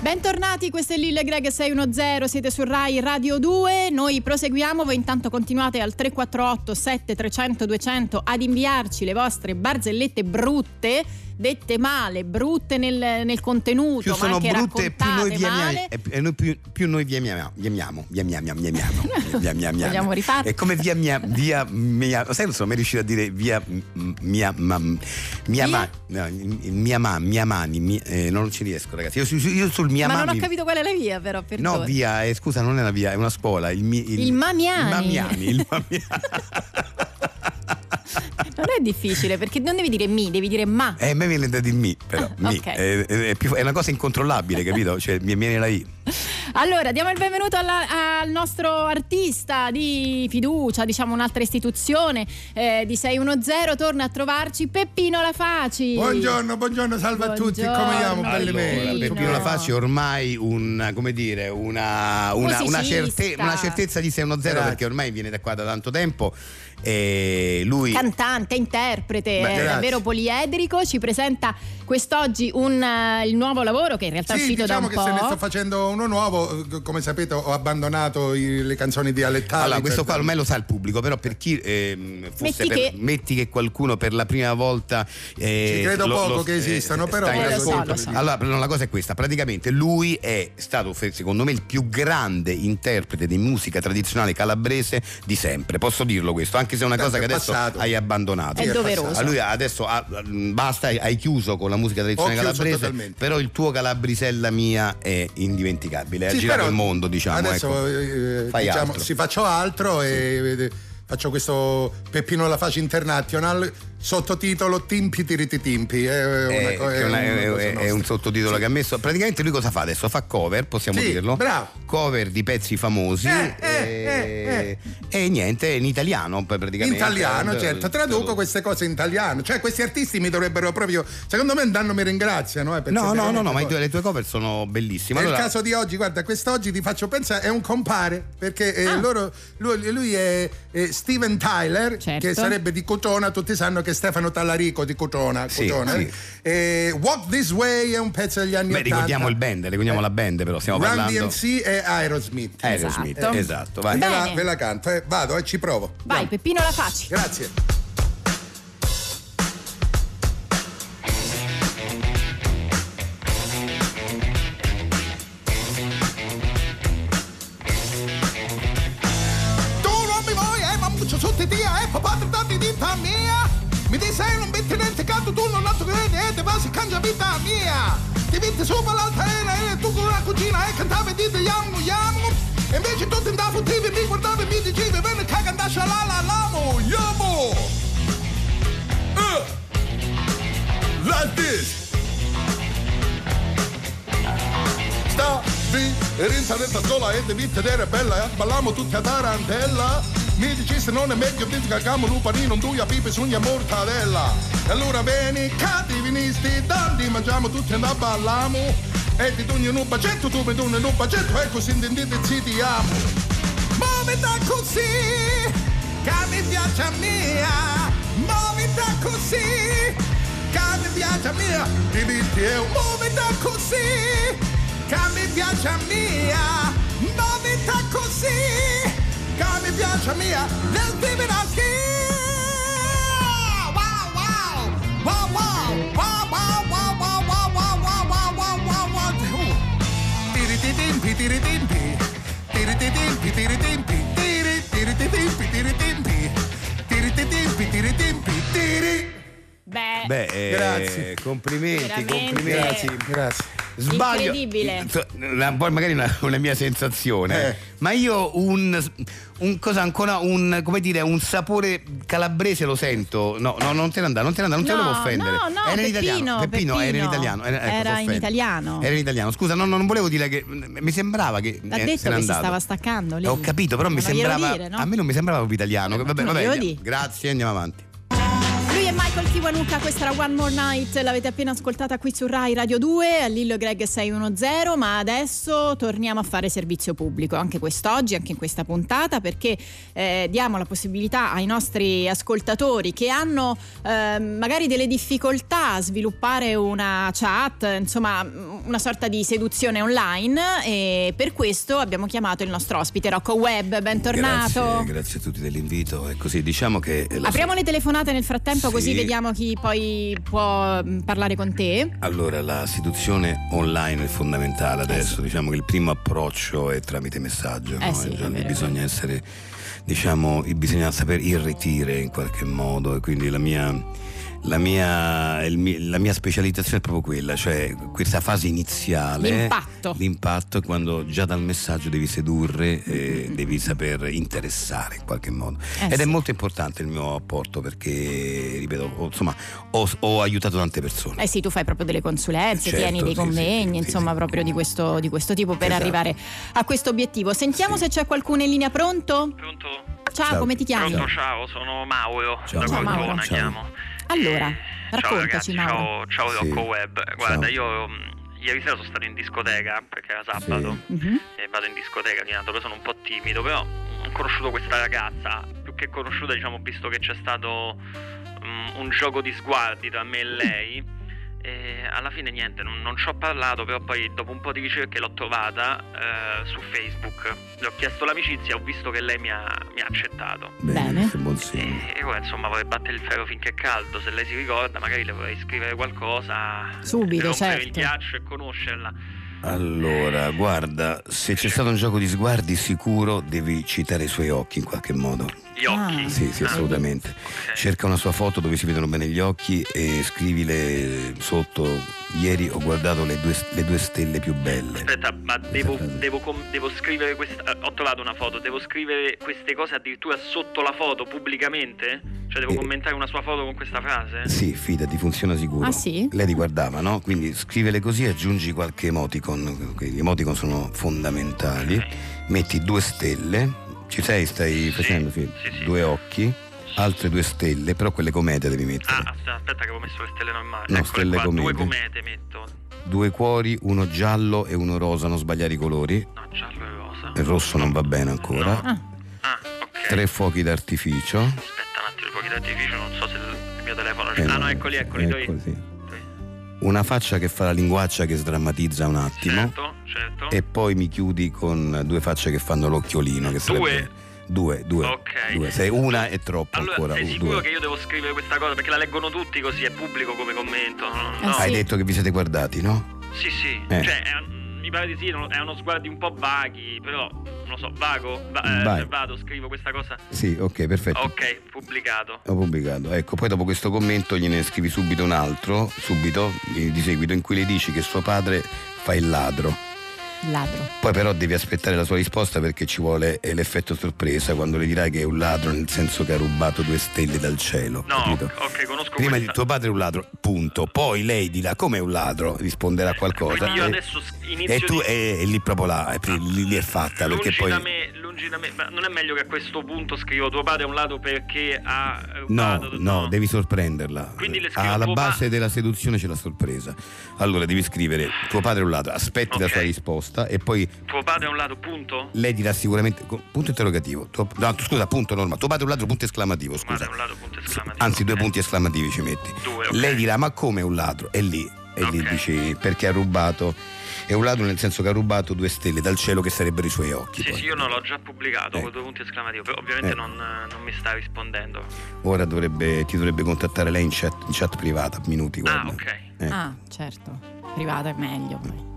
Speaker 3: Bentornati, questo è Lille Greg 610, siete su Rai Radio 2, noi proseguiamo, voi intanto continuate al 348 7300 200 ad inviarci le vostre barzellette brutte, dette male, brutte nel, nel contenuto,
Speaker 4: Più
Speaker 3: ma
Speaker 4: sono
Speaker 3: anche
Speaker 4: brutte, più noi
Speaker 3: raccontate
Speaker 4: vi amiamo.
Speaker 3: male.
Speaker 4: e pi- e noi più, più noi vi amiamo. Vi amiamo, vi amiamo, vi amiamo,
Speaker 3: *laughs*
Speaker 4: vi amiamo.
Speaker 3: Vogliamo rifarlo?
Speaker 4: E come via mia, via mia, sai non sono mai riuscito a dire via m- mia ma, mia
Speaker 3: Via?
Speaker 4: ma, no, mia ma, mia mani, mi- eh, non ci riesco ragazzi. Io, su- su- io sul mia
Speaker 3: Ma
Speaker 4: ma
Speaker 3: non ho
Speaker 4: mi-
Speaker 3: capito qual è la via però, per
Speaker 4: No, via, eh, scusa, non è una via, è una scuola. Il, mi-
Speaker 3: Il Mamiani.
Speaker 4: Il Mamiani, il
Speaker 3: *laughs*
Speaker 4: Mamiani.
Speaker 3: Non è difficile perché non devi dire mi, devi dire ma.
Speaker 4: Eh, a me viene da dire mi, però. mi.
Speaker 3: Ah, ok.
Speaker 4: Eh, eh, è, più- è una cosa incontrollabile, capito? Cioè, mi viene la I.
Speaker 3: Allora, diamo il benvenuto alla- al nostro artista di fiducia, diciamo un'altra istituzione eh, di 610, torna a trovarci Peppino La Faci.
Speaker 5: Buongiorno, buongiorno, salve a tutti,
Speaker 3: Buongiorno.
Speaker 5: come andiamo, belli
Speaker 4: Allora,
Speaker 5: miei?
Speaker 3: Peppino.
Speaker 4: Peppino La Facci è ormai un, come dire, una, una,
Speaker 3: Musicista.
Speaker 4: una certe- una certezza di 6 1 0
Speaker 5: Grazie.
Speaker 4: perché ormai viene da qua da tanto tempo e lui
Speaker 3: Cantante, interprete,
Speaker 4: Beh,
Speaker 3: è
Speaker 4: grazie.
Speaker 3: davvero poliedrico, ci presenta quest'oggi un, eh, il nuovo lavoro che in realtà è
Speaker 5: Sì,
Speaker 3: uscito
Speaker 5: diciamo che
Speaker 3: da
Speaker 5: se
Speaker 3: un
Speaker 5: ne
Speaker 3: po'.
Speaker 5: sto facendo uno nuovo, eh, come sapete ho abbandonato i- le canzoni dialettali.
Speaker 4: Allora, questo
Speaker 5: per-
Speaker 4: qua ormai lo sa il pubblico, però per chi ehm, fosse
Speaker 3: Metti
Speaker 4: per-
Speaker 3: che-
Speaker 4: metti che qualcuno per la prima volta eh,
Speaker 5: Ci credo poco che
Speaker 4: eh,
Speaker 5: esistano, però
Speaker 4: sta in
Speaker 3: me lo
Speaker 4: ascolto.
Speaker 3: so, lo so.
Speaker 4: Allora, però la cosa è questa, praticamente lui è stato fe- secondo me il più grande interprete di musica tradizionale calabrese di sempre. Posso dirlo questo, anche se è una
Speaker 5: Certo,
Speaker 4: cosa che
Speaker 5: è
Speaker 4: adesso
Speaker 5: passato.
Speaker 4: hai abbandonato.
Speaker 3: È doveroso.
Speaker 4: A lui adesso ha- basta, hai- hai chiuso con la musica tradizionale
Speaker 5: chiuso
Speaker 4: calabrese,
Speaker 5: totalmente.
Speaker 4: però il tuo calabrisella mia è indimenticabile, ha
Speaker 5: Sì,
Speaker 4: girato
Speaker 5: però
Speaker 4: il mondo, diciamo,
Speaker 5: Adesso
Speaker 4: ecco.
Speaker 5: eh,
Speaker 4: Fai
Speaker 5: diciamo,
Speaker 4: altro.
Speaker 5: sì, faccio altro e eh, faccio questo Peppino La Faci International, sottotitolo Timpi Tiriti Timpi. È, una
Speaker 4: Eh,
Speaker 5: co-
Speaker 4: che è una- è-
Speaker 5: cosa
Speaker 4: è- è
Speaker 5: nostra.
Speaker 4: un sottotitolo che ha messo. Praticamente lui cosa fa adesso? Fa cover, possiamo
Speaker 5: Sì,
Speaker 4: dirlo.
Speaker 5: bravo.
Speaker 4: Cover di pezzi famosi.
Speaker 5: Eh, eh,
Speaker 4: e...
Speaker 5: eh,
Speaker 4: e niente, in italiano pr-
Speaker 5: In
Speaker 4: praticamente. Eh,
Speaker 5: italiano, certo, traduco queste cose in italiano, cioè questi artisti mi dovrebbero proprio, secondo me danno mi ringraziano. Eh, perché
Speaker 4: No, no, no,
Speaker 5: veramente
Speaker 4: no, ma i
Speaker 5: poi-
Speaker 4: tue- le tue cover sono bellissime.
Speaker 5: Nel
Speaker 4: Allora,
Speaker 5: caso di oggi, guarda, quest'oggi ti faccio pensare, è un compare, perché
Speaker 3: Ah.
Speaker 5: eh, loro- lui, lui è, è Steven Tyler,
Speaker 3: Certo.
Speaker 5: che sarebbe di Cotona, tutti sanno che anche Stefano Tallarico di Cotona.
Speaker 4: Sì,
Speaker 5: Cotona,
Speaker 4: sì.
Speaker 5: eh, Walk This Way è un pezzo degli Eh. anni
Speaker 4: Beh,
Speaker 5: 80.
Speaker 4: ricordiamo il band, ricordiamo la band però, stiamo
Speaker 5: Run
Speaker 4: parlando...
Speaker 5: DMC e Aerosmith.
Speaker 4: Aerosmith,
Speaker 3: Esatto.
Speaker 4: esatto, vai.
Speaker 5: Ve la,
Speaker 3: Bene.
Speaker 5: ve la canto, eh. vado e ci provo.
Speaker 3: Vai, Peppino la facci.
Speaker 5: Grazie.
Speaker 2: Tu non mi vuoi, eh, ma muccio su ti dia, eh, papà ti dà di vita mia. Mi disse non metti niente canto, tu non altro credi, eh, te vas cangia vita mia. Ti metti su per l'altalena, eh, tu con la cugina, eh, cantavi di te yamu yamu. E invece tu ti andavi, ti mi guardavi, mi dicevi, vieni caga, andasci la la lamo, yamu. Uh. Like this. Stavi rinza nella scuola e devi tenere bella, eh? ballammo tutti a tarantella. Mi dicesse non è meglio di cagamo lupanino, tu a pipe sugna mortadella. E allora veni, cattivinisti, tanti, mangiamo tutti e ne ballamo. E ti dugno un bacetto, tu mi dugno un bacetto, e così intendete ci ti amo. Movita così, che mi piace a mia. Movita così, che mi piace a mia. Ti dici è un movita così, che mi piace a mia. Movita così, che mi piace a mia. Let's give it a kill. Wow, wow, wow, wow, wow, wow, wow, wow, wow, wow, wow, wow, wow, wow, wow, wow. Tiritimpi, tiritimpi, tiritimpi, tiritimpi, tiri, tiritimpi, tiritimpi, tiritimpi, tiritimpi, tiri.
Speaker 3: Beh,
Speaker 4: Beh, eh,
Speaker 5: Grazie.
Speaker 4: complimenti,
Speaker 3: Veramente.
Speaker 4: complimenti.
Speaker 3: Grazie.
Speaker 5: Grazie.
Speaker 4: Sbaglio.
Speaker 3: Incredibile.
Speaker 4: So, la- Poi magari è una, una mia sensazione,
Speaker 5: Eh.
Speaker 4: ma io un, un cosa ancora un come dire un sapore calabrese lo sento. No, no, non te ne andare, non te ne andare, non te
Speaker 3: No,
Speaker 4: lo devo offendere.
Speaker 3: no, no,
Speaker 4: era in
Speaker 3: Peppino,
Speaker 4: italiano. Peppino, era in
Speaker 3: Peppino.
Speaker 4: italiano. Era, ecco,
Speaker 3: Era
Speaker 4: t'offendo.
Speaker 3: in italiano.
Speaker 4: Era in italiano. Scusa, no, no, non volevo dire che mi sembrava che
Speaker 3: l'ha
Speaker 4: eh, se
Speaker 3: detto
Speaker 4: n'è
Speaker 3: che si
Speaker 4: andato. Eh,
Speaker 3: stava staccando lì.
Speaker 4: Ho capito, però mi
Speaker 3: Ma non glielo
Speaker 4: sembrava
Speaker 3: dire, no?
Speaker 4: a me non mi sembrava proprio italiano.
Speaker 3: ma
Speaker 4: Vabbè,
Speaker 3: tu non
Speaker 4: vabbè,
Speaker 3: glielo
Speaker 4: andiamo.
Speaker 3: di.
Speaker 4: grazie, andiamo avanti.
Speaker 3: Lui è Michael Kiwanuka, questa era One More Night, l'avete appena ascoltata qui su Rai Radio 2, a Lillo e Greg 610, ma adesso torniamo a fare servizio pubblico, anche quest'oggi, anche in questa puntata, perché eh, diamo la possibilità ai nostri ascoltatori che hanno eh, magari delle difficoltà a sviluppare una chat, insomma mh, una sorta di seduzione online e per questo abbiamo chiamato il nostro ospite Rocco Web, bentornato.
Speaker 4: Grazie, grazie a tutti dell'invito. È così, diciamo che eh, lo
Speaker 3: Apriamo le telefonate nel frattempo
Speaker 4: Sì.
Speaker 3: così vediamo chi poi può mh, parlare con te.
Speaker 4: Allora, la situazione online è fondamentale adesso, diciamo che il primo approccio è tramite messaggio,
Speaker 3: Eh
Speaker 4: no?
Speaker 3: sì,
Speaker 4: E
Speaker 3: è
Speaker 4: già lì
Speaker 3: vero, è
Speaker 4: bisogna essere, diciamo, i- bisogna saper irretire in qualche modo e quindi la mia... La mia, il mi- la mia specializzazione è proprio quella, cioè questa fase iniziale.
Speaker 3: L'impatto.
Speaker 4: L'impatto è quando già dal messaggio devi sedurre, eh, devi saper interessare in qualche modo.
Speaker 3: Eh
Speaker 4: Ed è
Speaker 3: sì.
Speaker 4: molto importante il mio apporto perché, ripeto, ho- insomma, ho- ho aiutato tante persone.
Speaker 3: Eh sì, tu fai proprio delle consulenze,
Speaker 4: Certo,
Speaker 3: tieni dei
Speaker 4: sì,
Speaker 3: convegni,
Speaker 4: sì, sì,
Speaker 3: insomma,
Speaker 4: sì.
Speaker 3: proprio di questo, di questo tipo per
Speaker 4: Esatto.
Speaker 3: arrivare a questo obiettivo. Sentiamo
Speaker 4: Sì.
Speaker 3: se c'è qualcuno in linea pronto.
Speaker 9: Pronto?
Speaker 3: Ciao,
Speaker 4: Ciao.
Speaker 3: come ti chiami?
Speaker 9: Pronto, ciao, sono Mauro.
Speaker 4: Ciao,
Speaker 9: da
Speaker 3: Mauro.
Speaker 9: Cortona,
Speaker 4: Ciao.
Speaker 9: chiamo.
Speaker 3: Allora,
Speaker 9: ciao ragazzi,
Speaker 3: raccontaci, Mauro.
Speaker 9: ciao, ciao
Speaker 4: Sì.
Speaker 9: Rocco Web. Guarda, io mh, ieri sera sono stato in discoteca perché era sabato
Speaker 3: Mhm.
Speaker 9: e vado in discoteca ogni tanto, poi sono un po' timido, però mh, ho conosciuto questa ragazza, più che conosciuta, diciamo, ho visto che c'è stato mh, un gioco di sguardi tra me e lei. E alla fine niente, non, non ci ho parlato, però poi dopo un po' di ricerche l'ho trovata eh, su Facebook. Le ho chiesto l'amicizia, ho visto che lei mi ha- mi ha accettato.
Speaker 3: Bene.
Speaker 4: questo è un buon segno.
Speaker 9: E io insomma vorrei battere il ferro finché è caldo, se lei si ricorda magari le vorrei scrivere qualcosa,
Speaker 3: Subito,
Speaker 9: rompere
Speaker 3: certo.
Speaker 9: il ghiaccio e conoscerla.
Speaker 4: Allora, guarda, se c'è stato un gioco di sguardi sicuro devi citare i suoi occhi in qualche modo.
Speaker 9: Gli occhi.
Speaker 3: Ah.
Speaker 4: Sì, sì,
Speaker 9: Ah,
Speaker 4: assolutamente.
Speaker 9: ok.
Speaker 4: Cerca una sua foto dove si vedono bene gli occhi e scrivile sotto ieri ho guardato le due, le due stelle più belle.
Speaker 9: Aspetta, ma
Speaker 4: Questa
Speaker 9: devo,
Speaker 4: frase.
Speaker 9: devo com- devo scrivere
Speaker 1: eh,
Speaker 9: questa... Ho trovato una foto, devo scrivere queste cose addirittura sotto la foto pubblicamente? Cioè devo
Speaker 4: Eh.
Speaker 9: commentare una sua foto con questa frase?
Speaker 4: Sì, fidati, funziona sicuro.
Speaker 3: Ah, sì?
Speaker 4: Lei li guardava, no? Quindi scrivele così e aggiungi qualche emoticon. Gli emoticon sono fondamentali.
Speaker 9: Ok.
Speaker 4: Metti due stelle. Ci sei, stai facendo? Sì.
Speaker 9: sì, sì.
Speaker 4: Due occhi, altre due stelle, però quelle comete devi mettere.
Speaker 9: Ah, aspetta, aspetta che ho messo le stelle normali.
Speaker 4: No,
Speaker 1: Ecco,
Speaker 9: Eccole
Speaker 4: stelle
Speaker 9: qua, due
Speaker 4: comete.
Speaker 9: comete metto.
Speaker 4: Due cuori, uno giallo e uno rosa, non sbagliare i colori.
Speaker 9: No, giallo e rosa.
Speaker 4: Il rosso non va bene ancora.
Speaker 9: No. Ah, ok.
Speaker 4: Tre fuochi d'artificio.
Speaker 9: Aspetta un attimo, il fuochi d'artificio, non so se il mio
Speaker 1: mio telefono.
Speaker 4: Eh,
Speaker 1: ah no, eccoli, eccoli. Dove-
Speaker 4: eccoli, sì.
Speaker 1: dove-
Speaker 4: Una faccia che fa la linguaccia che sdrammatizza un attimo.
Speaker 1: Certo, certo.
Speaker 4: E poi mi chiudi con due facce che fanno l'occhiolino.
Speaker 1: Due?
Speaker 4: Che sarebbe- Due, due.
Speaker 1: Ok.
Speaker 4: due. Se una è troppo
Speaker 1: Allora,
Speaker 4: ancora.
Speaker 1: sei
Speaker 4: u-
Speaker 1: sicuro
Speaker 4: due.
Speaker 1: che io devo scrivere questa cosa? Perché la leggono tutti così, è pubblico come commento. No,
Speaker 3: Eh,
Speaker 1: no.
Speaker 4: Hai
Speaker 3: Sì.
Speaker 4: detto che vi siete guardati, no?
Speaker 1: sì, sì.
Speaker 4: Ah, Eh.
Speaker 1: Cioè, è un- mi pare di sì, è uno- è uno sguardi un po' vaghi, però non lo so, vago. Va- eh,
Speaker 4: Vai.
Speaker 1: cioè, vado, scrivo questa cosa.
Speaker 4: Sì, ok, perfetto.
Speaker 1: Ok, pubblicato.
Speaker 4: Ho pubblicato, ecco, poi dopo questo commento gliene scrivi subito un altro, subito, eh, di di seguito, in cui le dici che suo padre fa il ladro.
Speaker 3: Ladro.
Speaker 4: Poi però devi aspettare la sua risposta perché ci vuole eh, l'effetto sorpresa quando le dirai che è un ladro nel senso che ha rubato due stelle dal cielo.
Speaker 1: No,
Speaker 4: capito?
Speaker 1: ok, conosco
Speaker 4: Prima di
Speaker 1: questa.
Speaker 4: tuo padre è un ladro, punto. Poi lei dirà come è un ladro, risponderà qualcosa.
Speaker 1: Quindi io
Speaker 4: e-
Speaker 1: adesso s- inizio
Speaker 4: e tu
Speaker 1: di-
Speaker 4: e, e lì proprio là, e poi lì, lì è fatta
Speaker 1: lungi
Speaker 4: perché poi...
Speaker 1: da me, lungi da me, ma non è meglio che a questo punto scrivo tuo padre a un lato perché ha
Speaker 4: No,
Speaker 1: rubato-
Speaker 4: no, devi sorprenderla.
Speaker 1: eh, Quindi le scrivo
Speaker 4: Alla
Speaker 1: tuo
Speaker 4: base
Speaker 1: pa-
Speaker 4: della seduzione c'è la sorpresa. Allora devi scrivere tuo padre è un ladro, aspetti la
Speaker 1: Ok.
Speaker 4: sua risposta e poi
Speaker 1: Tuo padre a un lato, punto?
Speaker 4: lei dirà sicuramente co- punto interrogativo. Tuo- no, scusa, punto norma. Tuo padre è un ladro, punto esclamativo,
Speaker 1: Tuo padre
Speaker 4: scusa.
Speaker 1: a un lato, punto esclamativo.
Speaker 4: Anzi, due
Speaker 1: Eh,
Speaker 4: punti esclamativi ci metti.
Speaker 1: Due, ok.
Speaker 4: Lei dirà ma come è un ladro? E lì e lì
Speaker 1: Ok.
Speaker 4: dici perché ha rubato. È un ladro nel senso che ha rubato due stelle dal cielo che sarebbero i suoi occhi.
Speaker 1: Sì,
Speaker 4: poi.
Speaker 1: sì, io non l'ho già pubblicato
Speaker 4: Ecco.
Speaker 1: con due punti esclamativi, però ovviamente
Speaker 4: Eh. Oh,
Speaker 1: non, eh, non mi sta rispondendo.
Speaker 4: Ora dovrebbe- ti dovrebbe contattare lei in chat, in chat privata, minuti.
Speaker 1: Ah,
Speaker 4: guarda.
Speaker 1: ok.
Speaker 4: Eh. Mm.
Speaker 3: Ah, certo. Privata è meglio.
Speaker 1: Qui-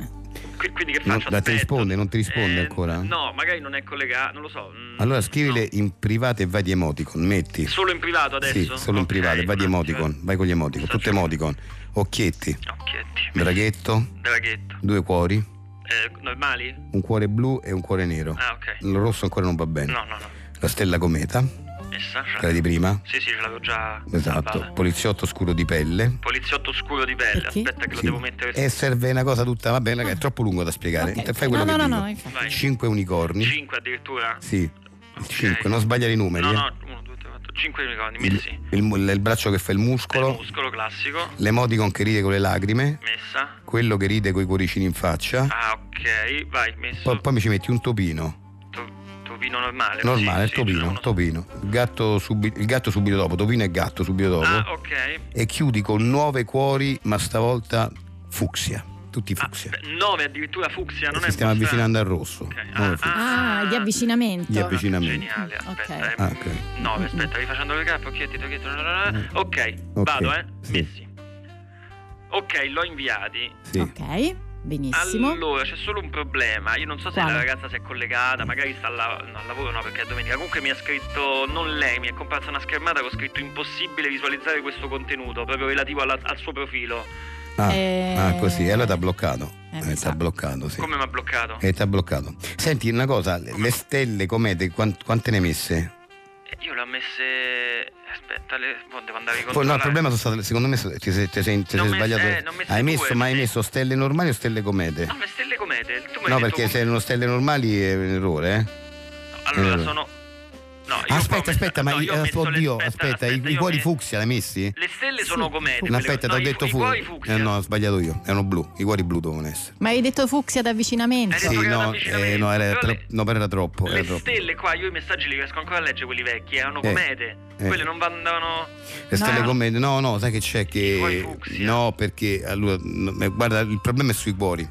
Speaker 1: Quindi che
Speaker 4: Non-
Speaker 1: faccio?
Speaker 4: da- ti
Speaker 1: Aspetto.
Speaker 4: risponde? Non ti risponde ancora?
Speaker 1: Eh, No, magari non è collegato, non lo so. mm,
Speaker 4: Allora scrivile
Speaker 1: no.
Speaker 4: in privato e vai di emoticon, metti.
Speaker 1: Solo in privato adesso?
Speaker 4: Sì, solo in
Speaker 1: Ok,
Speaker 4: privato, e vai di
Speaker 1: un attimo.
Speaker 4: emoticon, vai con gli emoticon,
Speaker 1: Sto
Speaker 4: tutti emoticon. Occhietti,
Speaker 1: Occhietti.
Speaker 4: draghetto,
Speaker 1: Draghetto.
Speaker 4: due cuori,
Speaker 1: Eh, normali?
Speaker 4: un cuore blu e un cuore nero.
Speaker 1: Ah, ok.
Speaker 4: Il rosso ancora non va bene.
Speaker 1: No, no, no.
Speaker 4: La stella cometa,
Speaker 1: Essa, cioè-
Speaker 4: quella di prima.
Speaker 1: Sì, sì, ce l'avevo già. salvata.
Speaker 4: Esatto, poliziotto scuro di pelle.
Speaker 1: Poliziotto scuro di pelle,
Speaker 3: Perché?
Speaker 1: aspetta che lo
Speaker 4: Sì.
Speaker 1: devo mettere.
Speaker 4: E serve una cosa tutta, va bene, ragazzi, è troppo lungo da spiegare.
Speaker 3: Ok,
Speaker 4: Te- Fai
Speaker 3: ok.
Speaker 4: quello
Speaker 3: no,
Speaker 4: che
Speaker 3: no, no,
Speaker 4: dico.
Speaker 3: no, infatti.
Speaker 1: Vai.
Speaker 4: 5 unicorni.
Speaker 1: 5 addirittura?
Speaker 4: Sì,
Speaker 1: Ok.
Speaker 4: 5, non sbagliare i numeri.
Speaker 1: No,
Speaker 4: eh.
Speaker 1: no, 1, 2, 3, 4, 5 unicorni,
Speaker 4: il,
Speaker 1: messi.
Speaker 4: il mu- il braccio che fa il
Speaker 1: Il
Speaker 4: muscolo,
Speaker 1: muscolo classico,
Speaker 4: l'emoticon che ride con le lacrime,
Speaker 1: messa.
Speaker 4: quello che ride con i cuoricini in faccia,
Speaker 1: Ah, ok, vai, messo.
Speaker 4: poi, poi mi ci metti un topino,
Speaker 1: To- topino normale.
Speaker 4: normale, il
Speaker 1: sì, sì,
Speaker 4: topino,
Speaker 1: uno-
Speaker 4: topino. Il gatto, subi- il gatto subito dopo, topino e gatto subito dopo.
Speaker 1: Ah, ok.
Speaker 4: E chiudi con nove cuori, ma stavolta fucsia, tutti
Speaker 1: Ah,
Speaker 4: fucsia.
Speaker 1: 9 addirittura fucsia, non
Speaker 4: Ci
Speaker 1: è
Speaker 4: stiamo
Speaker 1: abbastanza-
Speaker 4: avvicinando al rosso.
Speaker 1: Ok,
Speaker 4: Nove fucsia.
Speaker 3: Ah, di avvicinamento.
Speaker 4: Gli avvicinamento.
Speaker 1: Geniale, aspetta.
Speaker 3: Ok.
Speaker 1: eh,
Speaker 4: Ah, ok. Mm.
Speaker 1: 9, aspetta, rifacendo le cappe, occhietti, tocchetti. Ok,
Speaker 4: Ok,
Speaker 1: vado, eh.
Speaker 4: sì.
Speaker 1: Messi. Ok, l'ho inviati.
Speaker 4: Sì.
Speaker 3: Ok, benissimo.
Speaker 1: Allora, c'è solo un problema. Io non so se
Speaker 3: Quale?
Speaker 1: la ragazza si è collegata, magari sta al, lav- no, al lavoro, no, perché è domenica. Comunque mi ha scritto, non lei, mi è comparsa una schermata che ho scritto impossibile visualizzare questo contenuto, proprio relativo alla- al suo profilo.
Speaker 4: Ah,
Speaker 3: Eh,
Speaker 4: ah, così, e allora ti ha bloccato.
Speaker 3: eh,
Speaker 4: Eh,
Speaker 3: mi
Speaker 4: t'ha
Speaker 3: sa.
Speaker 4: bloccato, sì.
Speaker 1: Come mi ha bloccato?
Speaker 4: E ti ha bloccato. Senti una cosa, le stelle comete, quan- quante ne hai messe?
Speaker 1: Eh, Io le ho messe... Aspetta, le... boh, devo andare a
Speaker 4: Poi, no,
Speaker 1: ricontrollare.
Speaker 4: il problema sono state, secondo me, ti sei, ti sei- ti
Speaker 1: Ne ho
Speaker 4: sei
Speaker 1: messe-
Speaker 4: sbagliato.
Speaker 1: eh, ne ho messe
Speaker 4: hai
Speaker 1: due,
Speaker 4: messo, ma hai
Speaker 1: sì.
Speaker 4: messo stelle normali o stelle comete?
Speaker 1: No, Ah, le stelle comete. Tu mi
Speaker 4: No,
Speaker 1: hai
Speaker 4: perché
Speaker 1: detto
Speaker 4: se erano stelle normali è un errore, eh?
Speaker 1: come- Allora
Speaker 4: eh,
Speaker 1: sono... No, io poi ho messo-
Speaker 4: aspetta, aspetta, ma
Speaker 1: no, io ho
Speaker 4: eh,
Speaker 1: messo le-
Speaker 4: oddio, aspetta, i- i,
Speaker 1: io ho
Speaker 4: cuori
Speaker 1: me-
Speaker 4: fucsia l'hai messi?
Speaker 1: Le stelle sono comete.
Speaker 4: no,
Speaker 1: quelle-
Speaker 4: aspetta, ti ho
Speaker 1: i-
Speaker 4: detto
Speaker 1: i cuori
Speaker 4: fucsia.
Speaker 1: fucsia.
Speaker 4: Eh, no, ho sbagliato io, erano blu, i cuori blu dovevano essere.
Speaker 3: Ma hai detto fucsia ad avvicinamento?
Speaker 1: Hai detto che era
Speaker 4: no, eh,
Speaker 1: l'avvicinamento,
Speaker 4: no, era,
Speaker 1: però
Speaker 4: tro-
Speaker 1: le-
Speaker 4: no, però era troppo. Era
Speaker 1: Le
Speaker 4: troppo.
Speaker 1: stelle qua, io i messaggi li riesco ancora a leggere, quelli vecchi, erano
Speaker 4: Eh,
Speaker 1: comete.
Speaker 4: eh.
Speaker 1: Quelle non andavano...
Speaker 4: Le stelle
Speaker 3: No.
Speaker 4: comete, no, no, sai che c'è
Speaker 1: cuori
Speaker 4: che.
Speaker 1: fucsia.
Speaker 4: No, perché allora, no, eh, guarda, il problema è sui cuori.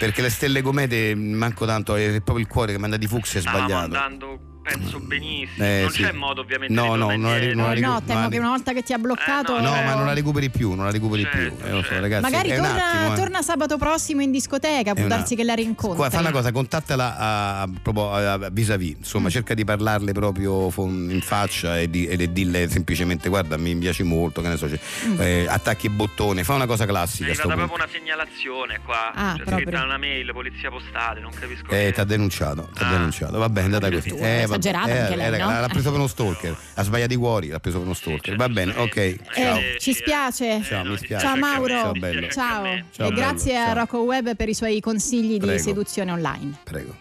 Speaker 4: Perché le stelle comete manco tanto, è proprio il cuore che manda di fucsia è
Speaker 1: Stavamo
Speaker 4: sbagliato.
Speaker 1: andando, penso, benissimo.
Speaker 4: Eh,
Speaker 1: non
Speaker 4: sì.
Speaker 1: c'è modo, ovviamente,
Speaker 4: No,
Speaker 1: di
Speaker 4: no,
Speaker 1: tornare
Speaker 4: non la-
Speaker 1: indietro.
Speaker 4: non
Speaker 3: No,
Speaker 4: la ricordo,
Speaker 3: no, temo
Speaker 4: ma-
Speaker 3: che una volta che ti ha bloccato.
Speaker 1: Eh,
Speaker 4: No,
Speaker 3: eh,
Speaker 4: ma non la recuperi più, non la recuperi
Speaker 1: Certo,
Speaker 4: più. Eh, lo so,
Speaker 1: certo.
Speaker 4: ragazzi,
Speaker 3: Magari
Speaker 4: è un
Speaker 3: torna,
Speaker 4: attimo, eh.
Speaker 3: torna sabato prossimo in discoteca,
Speaker 4: È
Speaker 3: può
Speaker 4: una-
Speaker 3: darsi che la rincontri.
Speaker 4: Guarda, fa una cosa, contattala a, a- proprio a, a- vis-à-vis,
Speaker 3: Mm.
Speaker 4: insomma, cerca di parlarle proprio fo- in faccia e, di- e le dille semplicemente guarda, mi piaci molto, che ne so, cioè,
Speaker 3: Mm.
Speaker 4: eh, attacchi il bottone, fa una cosa
Speaker 1: È
Speaker 4: classica. a sto
Speaker 1: arrivata proprio
Speaker 4: punto.
Speaker 1: una segnalazione qua.
Speaker 3: Ah,
Speaker 1: c'è
Speaker 3: proprio.
Speaker 1: scritta una mail, polizia postale, non capisco.
Speaker 4: Eh,
Speaker 1: che-
Speaker 4: ti ha denunciato, ti ha
Speaker 1: Ah.
Speaker 4: denunciato, va bene, è andata così.
Speaker 1: Addirittura,
Speaker 4: Eh, vabbè,
Speaker 3: esagerata anche lei,
Speaker 4: raga,
Speaker 3: no?
Speaker 4: l'ha- L'ha preso per uno stalker, ha sbagliato i cuori, l'ha preso per uno
Speaker 1: Sì,
Speaker 4: stalker.
Speaker 1: certo,
Speaker 4: Va bene, ok,
Speaker 1: giustamente.
Speaker 4: ciao.
Speaker 3: Eh, ci spiace.
Speaker 4: Ciao, mi
Speaker 1: no,
Speaker 4: spiace.
Speaker 3: Ciao
Speaker 1: anche a me,
Speaker 3: Mauro,
Speaker 4: Ciao,
Speaker 1: mi
Speaker 4: bello.
Speaker 1: spiace
Speaker 3: Ciao.
Speaker 1: anche a me.
Speaker 4: Ciao,
Speaker 3: e
Speaker 4: bello.
Speaker 3: grazie a
Speaker 4: Ciao.
Speaker 3: Rocco Web per i suoi consigli di
Speaker 4: Prego.
Speaker 3: seduzione online.
Speaker 4: Prego.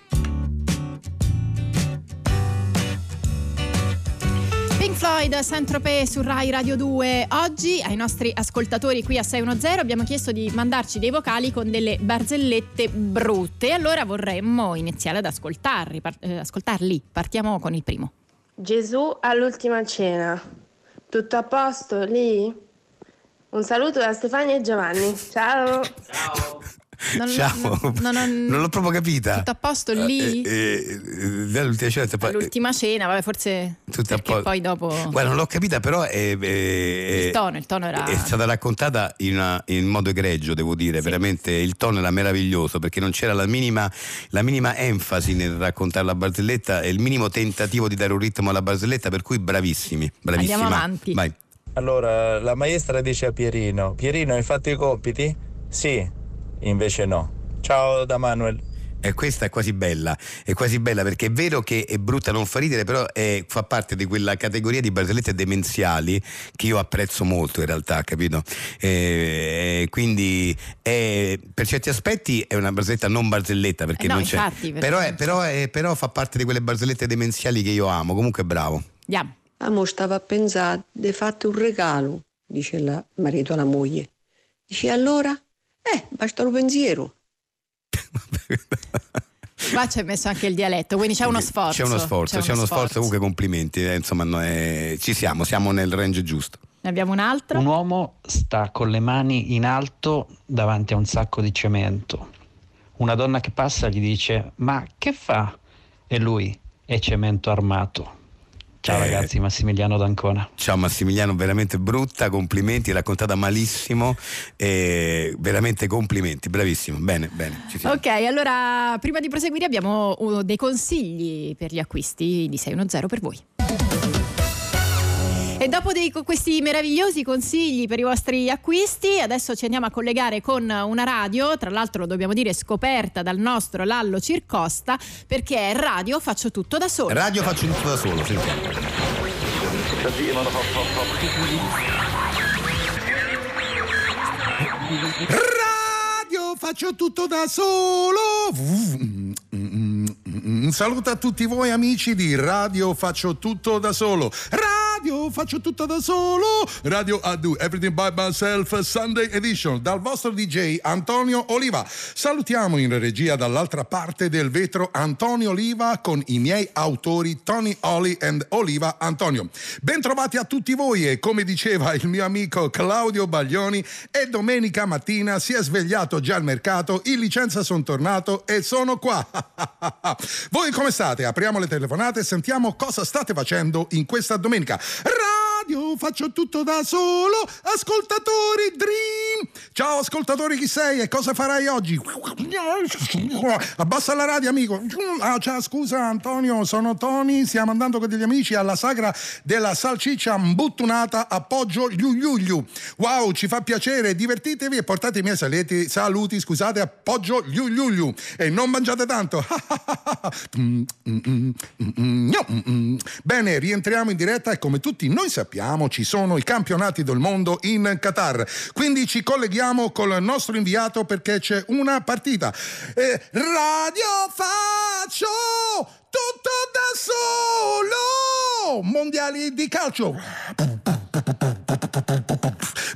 Speaker 3: Pink Floyd, Saint-Tropez su Rai Radio 2. Oggi ai nostri ascoltatori qui a 610 abbiamo chiesto di mandarci dei vocali con delle barzellette brutte. Allora vorremmo iniziare ad ascoltarli. par- eh, ascoltarli. Partiamo con il primo.
Speaker 10: Gesù all'ultima cena. Tutto a posto lì? Un saluto da Stefania e Giovanni. Ciao.
Speaker 3: Non-
Speaker 4: Ciao.
Speaker 3: non- non- non-
Speaker 4: Non l'ho proprio capita.
Speaker 3: Tutto a posto lì?
Speaker 4: Eh, eh, eh, eh, l'ultima cena, poi-
Speaker 3: L'ultima cena, vabbè, forse
Speaker 4: Tutto a
Speaker 3: perché
Speaker 4: posto.
Speaker 3: poi dopo
Speaker 4: Guarda, non l'ho capita, però è, è-
Speaker 3: il tono, il tono era
Speaker 4: è stata raccontata in, una- in modo egregio, devo dire, veramente il tono era meraviglioso perché non c'era la minima, la minima enfasi nel raccontare la barzelletta e il minimo tentativo di dare un ritmo alla barzelletta, per cui bravissimi, bravissima.
Speaker 3: Andiamo avanti.
Speaker 4: Vai.
Speaker 11: Allora, la maestra dice a Pierino, Pierino hai fatto i compiti? Sì, invece no. Ciao da Manuel.
Speaker 4: E Eh, questa è quasi bella, è quasi bella perché è vero che è brutta, non fa ridere, però è- fa parte di quella categoria di barzellette demenziali che io apprezzo molto in realtà, capito? Eh, quindi è- per certi aspetti è una barzelletta non barzelletta perché
Speaker 3: Eh no,
Speaker 4: non c'è,
Speaker 3: infatti, perché
Speaker 4: però, è-
Speaker 3: non c'è.
Speaker 4: però è- però fa parte di quelle barzellette demenziali che io amo, comunque è bravo.
Speaker 3: Andiamo.
Speaker 12: Amo stava a pensare di fatto un regalo, dice il marito alla moglie. Dice allora? Eh, basta un pensiero.
Speaker 3: Qua c'è messo anche il dialetto, quindi c'è uno sforzo.
Speaker 4: eh. C'è uno sforzo, c'è uno, sforzo, comunque complimenti, eh, insomma no, eh, ci siamo, siamo nel range giusto.
Speaker 3: Ne abbiamo un'altra.
Speaker 13: Un uomo sta con le mani in alto davanti a un sacco di cemento. Una donna che passa gli dice: Ma che fa? E lui è cemento armato. Ciao ragazzi, Massimiliano D'Ancona.
Speaker 4: Ciao Massimiliano, veramente brutta, complimenti, raccontata malissimo, eh, veramente complimenti, bravissimo, bene, bene. Ci siamo.
Speaker 3: Ok, allora prima di proseguire abbiamo uh, dei consigli per gli acquisti di 610 per voi. E dopo dei- con questi meravigliosi consigli per i vostri acquisti, adesso ci andiamo a collegare con una radio, tra l'altro lo dobbiamo dire scoperta dal nostro Lallo Circosta, perché è radio faccio tutto da solo.
Speaker 4: Radio faccio tutto da solo, sentiamo.
Speaker 5: Radio, faccio tutto da solo. Un saluto a tutti voi amici di Radio Faccio Tutto Da Solo. Radio Faccio Tutto Da Solo. Radio I Do Everything By Myself Sunday Edition dal vostro DJ Antonio Oliva. Salutiamo in regia dall'altra parte del vetro Antonio Oliva con i miei autori Tony Oli and Oliva Antonio. Bentrovati a tutti voi e come diceva il mio amico Claudio Baglioni, è domenica mattina, si è svegliato già al mercato, in licenza sono tornato e sono qua. *laughs* Voi come state? Apriamo le telefonate e sentiamo cosa state facendo in questa domenica. Radio, faccio tutto da solo. Ascoltatori, Dream. Ciao ascoltatori, chi sei e cosa farai oggi? Abbassa la radio, amico. Ah, ciao, scusa Antonio, sono Tony. Stiamo andando con degli amici alla sagra della salsiccia mbuttunata a Poggio Liugliugliu. Wow, ci fa piacere, divertitevi e portate i miei saleti- saluti, scusate, a Poggio Liugliugliu. E non mangiate tanto. *laughs* Mm, mm, mm, mm, mm, no, mm, mm. Bene, rientriamo in diretta e come tutti noi sappiamo ci sono i campionati del mondo in Qatar. Quindi ci colleghiamo col nostro inviato perché c'è una partita. Eh, radio faccio tutto da solo! Mondiali di calcio.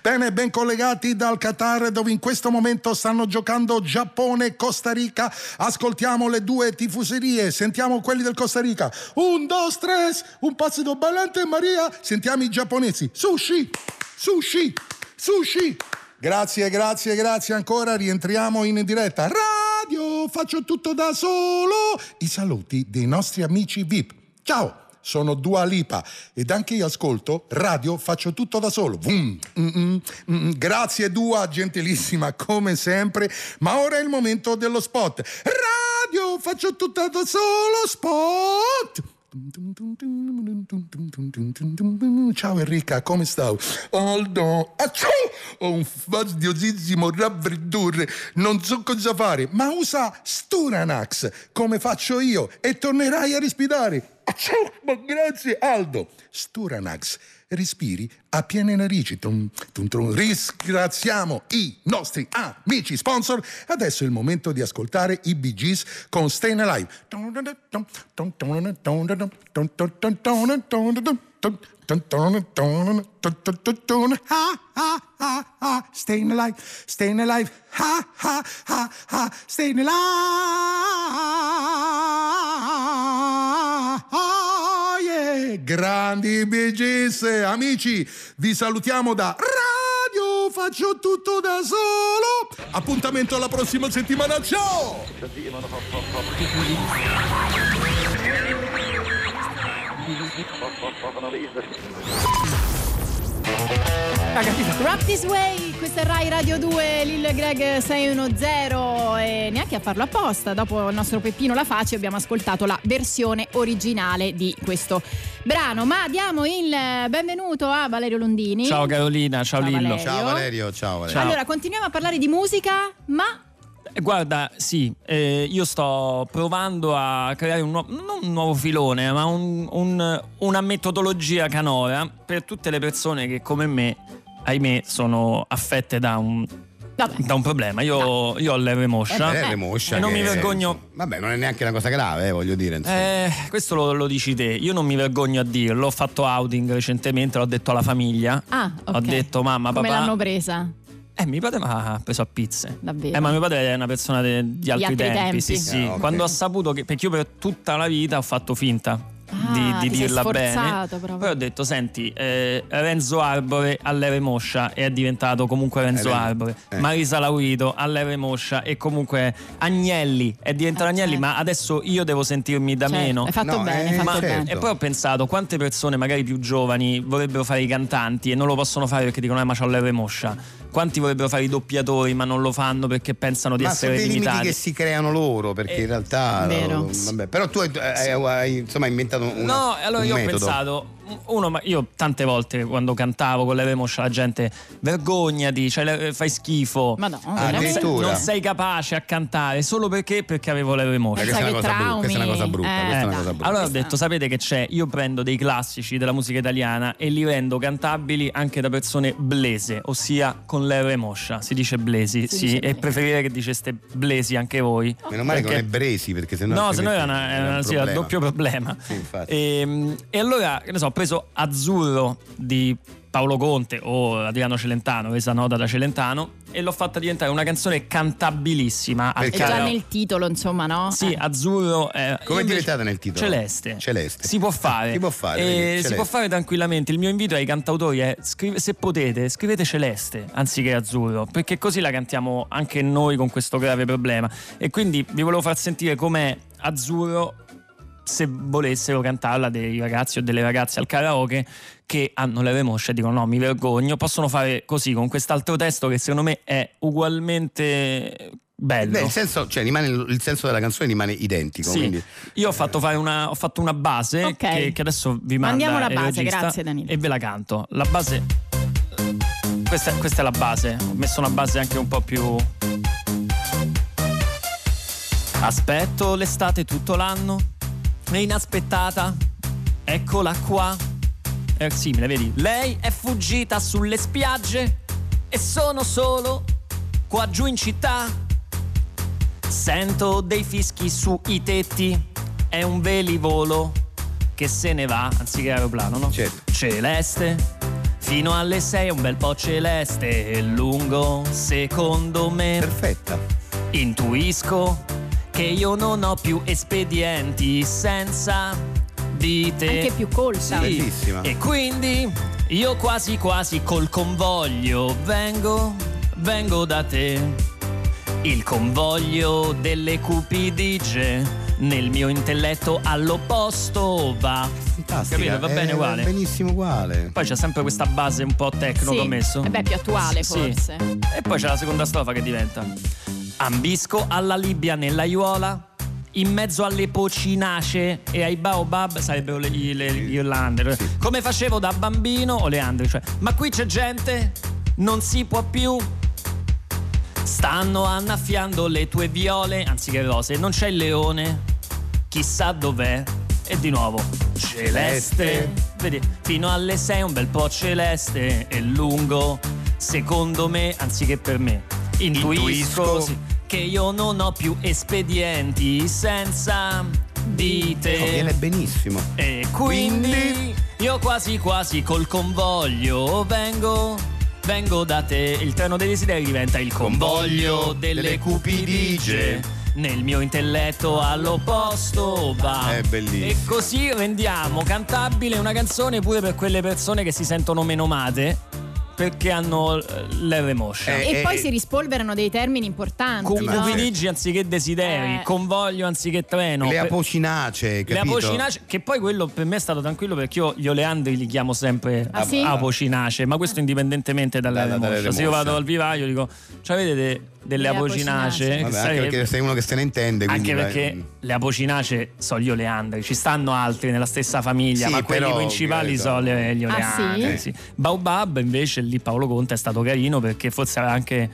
Speaker 5: Bene, ben collegati dal Qatar dove in questo momento stanno giocando Giappone e Costa Rica. Ascoltiamo le due tifoserie, sentiamo quelli del Costa Rica. Un, dos, tres, un passito ballante Maria. Sentiamo i giapponesi. Sushi, sushi, sushi. Grazie, grazie, grazie ancora. Rientriamo in diretta. Radio, faccio tutto da solo. I saluti dei nostri amici VIP. Ciao, sono Dua Lipa ed anche io ascolto radio, faccio tutto da solo. Vum, mm, mm, mm. Grazie Dua, gentilissima come sempre, ma ora è il momento dello spot. Radio, faccio tutto da solo, spot! Ciao Enrica, come stai? Aldo, acciù! ho un fastidiosissimo raffreddore, non so cosa fare, ma usa Sturanax come faccio io e tornerai a respirare. Acciù! Ma grazie Aldo! Sturanax, respiri a piene narici. Tum, tum, tum. Ringraziamo i nostri amici sponsor. Adesso è il momento di ascoltare i Bee Gees con Stay Alive. Ah, ah, ah, ah, staying alive, staying alive, ha, ha, ha, ha, staying alive. Ah, yeah.
Speaker 6: grandi BGS. Amici, vi salutiamo da Radio Faccio Tutto da Solo. Appuntamento alla prossima settimana. Ciao!
Speaker 3: Rock This Way, questa è Rai Radio 2, Lil Greg 610 e neanche a farlo apposta, dopo il nostro Peppino La Face abbiamo ascoltato la versione originale di questo brano, ma diamo il benvenuto a Valerio Londini.
Speaker 9: Ciao Carolina, ciao, Lillo.
Speaker 3: Valerio. Ciao Valerio,
Speaker 4: ciao
Speaker 3: Allora, continuiamo a parlare di musica, ma
Speaker 9: Eh, Guarda, sì, eh, io sto provando a creare un nuovo, non un nuovo filone, ma un- un- una metodologia canora per tutte le persone che come me, ahimè, sono affette da un, da un problema. Io, io ho Eh, l'R
Speaker 3: Eh,
Speaker 9: moscia.
Speaker 4: Vabbè, le moscia
Speaker 9: E non
Speaker 4: che-
Speaker 9: mi vergogno
Speaker 4: Vabbè, non è neanche una cosa grave, eh, voglio dire. insomma.
Speaker 9: eh, questo lo, lo dici te, io non mi vergogno a dirlo, ho fatto outing recentemente, l'ho detto alla famiglia.
Speaker 3: Ah, ok.
Speaker 9: Ho detto mamma,
Speaker 3: come
Speaker 9: papà.
Speaker 3: l'hanno presa?
Speaker 9: Eh, mio padre mi ha preso a pizze.
Speaker 3: Davvero.
Speaker 9: Eh, ma mio padre è una persona de- di altri,
Speaker 3: altri
Speaker 9: tempi,
Speaker 3: tempi.
Speaker 9: sì, sì.
Speaker 3: Ah, ok.
Speaker 9: Quando ho saputo che. Perché io per tutta la vita ho fatto finta di,
Speaker 3: Ah,
Speaker 9: di
Speaker 3: ti sei
Speaker 9: dirla bene.
Speaker 3: sforzato proprio.
Speaker 9: Poi ho detto: senti, eh, Renzo Arbore all'Eve Moscia e è diventato comunque Renzo
Speaker 13: Eh, beh,
Speaker 9: Arbore.
Speaker 13: eh.
Speaker 9: Marisa Laurito all'Eve Moscia e comunque Agnelli è diventato Agnelli, ma adesso io devo sentirmi da
Speaker 3: Ah, Certo,
Speaker 9: meno.
Speaker 3: hai fatto No, bene, hai eh, fatto
Speaker 9: Ma-
Speaker 3: bene.
Speaker 9: E poi ho pensato quante persone, magari più giovani, vorrebbero fare i cantanti e non lo possono fare perché dicono: eh, ma c'ho l'Eve Moscia. Quanti vorrebbero fare i doppiatori, ma non lo fanno perché pensano di
Speaker 4: Ma
Speaker 9: essere
Speaker 4: sono
Speaker 9: Eh,
Speaker 4: dei limiti
Speaker 9: limitati.
Speaker 4: che si creano loro, perché in realtà.
Speaker 9: vero.
Speaker 4: vabbè, però tu hai, eh, hai- hai, insomma, hai inventato un.
Speaker 9: No, allora
Speaker 4: un
Speaker 9: io
Speaker 4: metodo.
Speaker 9: ho pensato, uno, ma io tante volte quando cantavo con l'Eve Moscia la gente vergognati, cioè, le- fai schifo. Ah,
Speaker 3: Ma no,
Speaker 9: non, sei,
Speaker 4: addirittura.
Speaker 9: non sei capace a cantare solo perché, perché avevo l'Eve Moscia.
Speaker 4: Eh, questa è una Pensa che cosa brutta, questa è una cosa traumi. brutta, Eh, questa è una cosa dai. brutta.
Speaker 9: Allora ho detto, sapete che c'è? Io prendo dei classici della musica italiana e li rendo cantabili anche da persone blese, ossia con l'Eve Moscia. Si dice blesi,
Speaker 4: Si
Speaker 9: sì,
Speaker 4: dice
Speaker 9: e preferire che diceste blesi anche voi.
Speaker 4: Meno male che
Speaker 9: perché-
Speaker 4: non è Bresi, perché sennò.
Speaker 9: No, se no
Speaker 4: altrimenti
Speaker 9: era, una, era
Speaker 4: un
Speaker 9: una- sì, era un doppio problema.
Speaker 4: Sì, infatti.
Speaker 9: Ehm, E, allora, che ne so, ho preso Azzurro di Paolo Conte o Adriano Celentano, presa nota da Celentano, e l'ho fatta diventare una canzone cantabilissima. al
Speaker 3: È già
Speaker 9: karaoke.
Speaker 3: nel titolo, insomma, no?
Speaker 9: Sì, azzurro.
Speaker 4: Come è diventata nel titolo?
Speaker 9: Celeste.
Speaker 4: Celeste.
Speaker 9: Si può fare.
Speaker 4: Si può fare,
Speaker 9: Eh,
Speaker 4: vedi,
Speaker 9: si
Speaker 4: Celeste.
Speaker 9: può fare tranquillamente. Il mio invito ai cantautori è: scrive- se potete, scrivete Celeste anziché Azzurro, perché così la cantiamo anche noi con questo grave problema. E quindi vi volevo far sentire com'è Azzurro se volessero cantarla dei ragazzi o delle ragazze al karaoke che hanno le remosce e dicono no mi vergogno possono fare così con quest'altro testo che secondo me è ugualmente bello
Speaker 4: Beh, il senso, cioè, rimane, il senso della canzone rimane identico.
Speaker 9: Sì.
Speaker 4: Quindi, eh.
Speaker 9: Io ho fatto, fare una, ho fatto una base
Speaker 3: Ok.
Speaker 9: che, che adesso vi manda
Speaker 3: Mandiamo la
Speaker 9: il
Speaker 3: base,
Speaker 9: regista
Speaker 3: grazie, Danilo.
Speaker 9: E ve la canto. La base. Questa, questa è la base. Ho messo una base anche un po' più. Aspetto l'estate tutto l'anno. È inaspettata. Eccola qua. È simile, vedi? Lei è fuggita sulle spiagge. E sono solo qua giù in città. Sento dei fischi sui tetti, è un velivolo che se ne va, anziché aeroplano, no? Celeste, fino alle 6 un bel po' celeste, e lungo secondo me.
Speaker 4: Perfetta.
Speaker 9: Intuisco che io non ho più espedienti senza di te.
Speaker 3: Anche più colta.
Speaker 9: Sì. E quindi io quasi quasi col convoglio vengo, vengo da te. Il convoglio delle cupidigie nel mio intelletto all'opposto va. Capito? Va
Speaker 4: è
Speaker 9: bene uguale.
Speaker 4: Benissimo Eh, uguale.
Speaker 9: Poi c'è sempre questa base un po' tecno
Speaker 3: Sì.
Speaker 9: che ho messo.
Speaker 3: Eh beh, più attuale,
Speaker 9: Sì.
Speaker 3: forse.
Speaker 9: E poi c'è la seconda strofa che diventa. Ambisco alla Libia nell'aiuola. In mezzo alle pocinacee e ai baobab sarebbero le, i- le- gli Irlander. Come facevo da bambino o le andre, cioè. Ma qui c'è gente, non si può più. Stanno annaffiando le tue viole, anziché rose. Non c'è il leone, chissà dov'è. E di nuovo, celeste. Vedi, fino alle sei un bel po' celeste e lungo, secondo me, anziché per me. Intuisco
Speaker 4: Intuisco.
Speaker 9: sì, che io non ho più espedienti senza di te.
Speaker 4: Oh, viene benissimo.
Speaker 9: E quindi io quasi quasi col convoglio vengo, vengo da te. Il treno dei desideri diventa il convoglio delle cupidigie. nel mio intelletto all'opposto va.
Speaker 4: È bellissimo.
Speaker 9: E così rendiamo cantabile una canzone pure per quelle persone che si sentono meno mate perché hanno eh, l'R moscia.
Speaker 4: Eh,
Speaker 3: e poi si rispolverano dei termini importanti.
Speaker 9: Cu-
Speaker 3: no?
Speaker 9: cupidiggi anziché desideri,
Speaker 3: Eh.
Speaker 9: convoglio anziché treno.
Speaker 4: le
Speaker 9: Per-
Speaker 4: apocinacee,
Speaker 9: le
Speaker 4: capito?
Speaker 9: apocinace, che poi quello per me è stato tranquillo perché io gli oleandri li chiamo sempre
Speaker 3: Ah, sì?
Speaker 9: apocinace, ma questo indipendentemente dalla
Speaker 4: Dalla- dalle
Speaker 9: remoscia. Se io
Speaker 4: remosce.
Speaker 9: vado al vivaio dico, cioè vedete delle
Speaker 3: Le
Speaker 9: apocinacee?
Speaker 3: apocinacee.
Speaker 9: che
Speaker 4: Vabbè, anche
Speaker 9: sarebbe-
Speaker 4: perché sei uno che se ne intende.
Speaker 9: anche
Speaker 4: quindi vai- mm,
Speaker 9: perché cioè, le apocinacee sono gli oleandri, ci stanno altri nella stessa famiglia,
Speaker 4: Sì,
Speaker 9: ma
Speaker 4: però,
Speaker 9: quelli principali
Speaker 4: ovviamente,
Speaker 9: sono le- gli
Speaker 3: Ah,
Speaker 9: oleandri.
Speaker 3: sì?
Speaker 9: sì. Baobab invece lì Paolo Conte è stato carino perché forse aveva anche,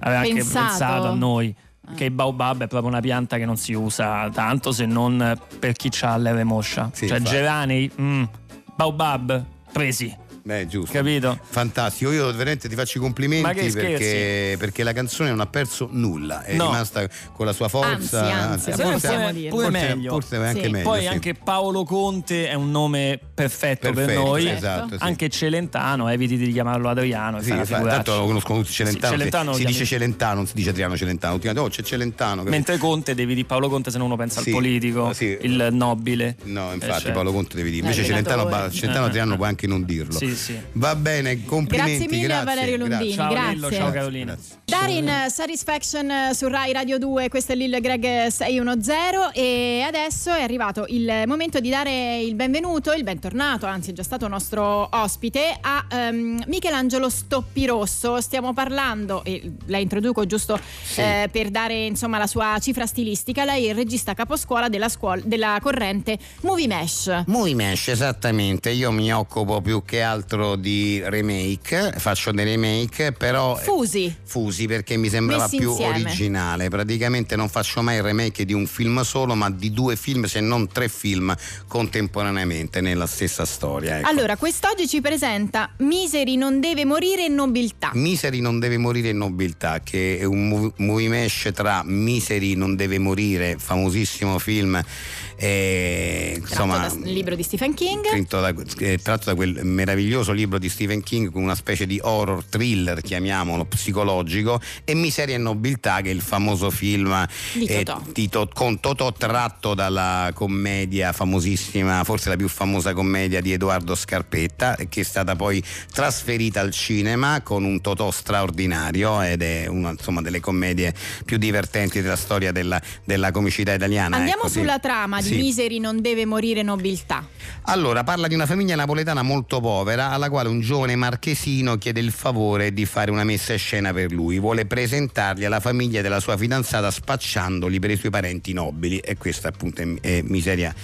Speaker 9: aveva anche
Speaker 3: Pensato. Ah.
Speaker 9: pensato a noi. Che il baobab è proprio una pianta che non si usa tanto se non per chi ha l'eve moscia. cioè,
Speaker 4: infatti.
Speaker 9: gerani, mm, baobab, presi.
Speaker 4: Beh, giusto.
Speaker 9: Capito?
Speaker 4: Fantastico, io veramente ti faccio i complimenti
Speaker 9: Ma che
Speaker 4: perché, perché la canzone non ha perso nulla, è
Speaker 9: No.
Speaker 4: rimasta con la sua forza. Eh,
Speaker 9: Anzi, anzi,
Speaker 4: forse-
Speaker 9: possiamo dire.
Speaker 4: forse-
Speaker 9: Pure meglio.
Speaker 4: Forse è anche
Speaker 9: Sì.
Speaker 4: meglio.
Speaker 9: Poi
Speaker 4: sì.
Speaker 9: anche Paolo Conte è un nome perfetto, per
Speaker 4: Perfetto,
Speaker 9: noi.
Speaker 4: esatto, sì.
Speaker 9: Anche Celentano, eviti di chiamarlo Adriano. e
Speaker 4: Sì,
Speaker 9: fa una
Speaker 4: fa-
Speaker 9: figuraccia.
Speaker 4: tanto lo conoscono tutti Celentano,
Speaker 9: Sì,
Speaker 4: si-
Speaker 9: Celentano
Speaker 4: si,
Speaker 9: lo
Speaker 4: dice
Speaker 9: chiami-
Speaker 4: Celentano, non si dice Adriano Celentano, ultimamente oh, c'è Celentano. capito?
Speaker 9: Mentre Conte devi di Paolo Conte se uno pensa
Speaker 4: Sì,
Speaker 9: al politico, il nobile.
Speaker 4: No, infatti
Speaker 9: cioè-
Speaker 4: Paolo Conte devi dire, invece
Speaker 9: Eh,
Speaker 4: Celentano,
Speaker 9: allenatore.
Speaker 4: ba- Celentano
Speaker 9: Eh, eh,
Speaker 4: Adriano può anche non dirlo.
Speaker 9: Sì, sì.
Speaker 4: Va bene, complimenti.
Speaker 3: Grazie mille a Valerio Londini,
Speaker 9: Ciao Lillo,
Speaker 3: grazie.
Speaker 9: ciao Carolina.
Speaker 3: Darin eh, Satisfaction eh, su Rai Radio 2, questo è Lil Greg eh, 610 e adesso è arrivato il momento di dare il benvenuto, il bentornato, anzi è già stato nostro ospite, a ehm, Michelangelo Stoppirosso. Stiamo parlando, e la introduco giusto eh, per dare insomma la sua cifra stilistica, lei è il regista caposcuola della, scuola, della corrente Movie Mesh.
Speaker 4: Movie Mesh, esattamente, io mi occupo più che altro di remake, faccio dei remake, però eh, ecco.
Speaker 3: Fusi.
Speaker 4: fusi perché mi sembrava
Speaker 3: Messi
Speaker 4: più
Speaker 3: insieme.
Speaker 4: originale. Praticamente non faccio mai il remake di un film solo, ma di due film, se non tre film contemporaneamente nella stessa storia. ecco.
Speaker 3: Allora, quest'oggi ci presenta Miseri non deve morire in nobiltà.
Speaker 4: Miseri non deve morire in nobiltà, che è un mov- movie mesh tra Miseri non deve morire, famosissimo film, eh, insomma,
Speaker 3: tratto dal libro di Stephen King.
Speaker 4: scritto da- eh, tratto da quel meraviglioso libro di Stephen King con una specie di horror thriller, chiamiamolo psicologico, e Miseria e Nobiltà, che è il famoso film
Speaker 3: Di
Speaker 4: eh,
Speaker 3: Totò.
Speaker 4: di Tot- con Totò tratto dalla commedia famosissima, forse la più famosa commedia di Edoardo Scarpetta, eh, che è stata poi trasferita al cinema con un Totò straordinario ed è una insomma, delle commedie più divertenti della storia della, della comicità italiana.
Speaker 3: Andiamo
Speaker 4: ecco, sì.
Speaker 3: sulla trama di
Speaker 4: Sì.
Speaker 3: Miseri non deve morire nobiltà.
Speaker 4: Allora, parla di una famiglia napoletana molto povera alla quale un giovane marchesino chiede il favore di fare una messa in scena per lui. Vuole presentargli alla famiglia della sua fidanzata spacciandoli per i suoi parenti nobili e questa appunto è, è miseria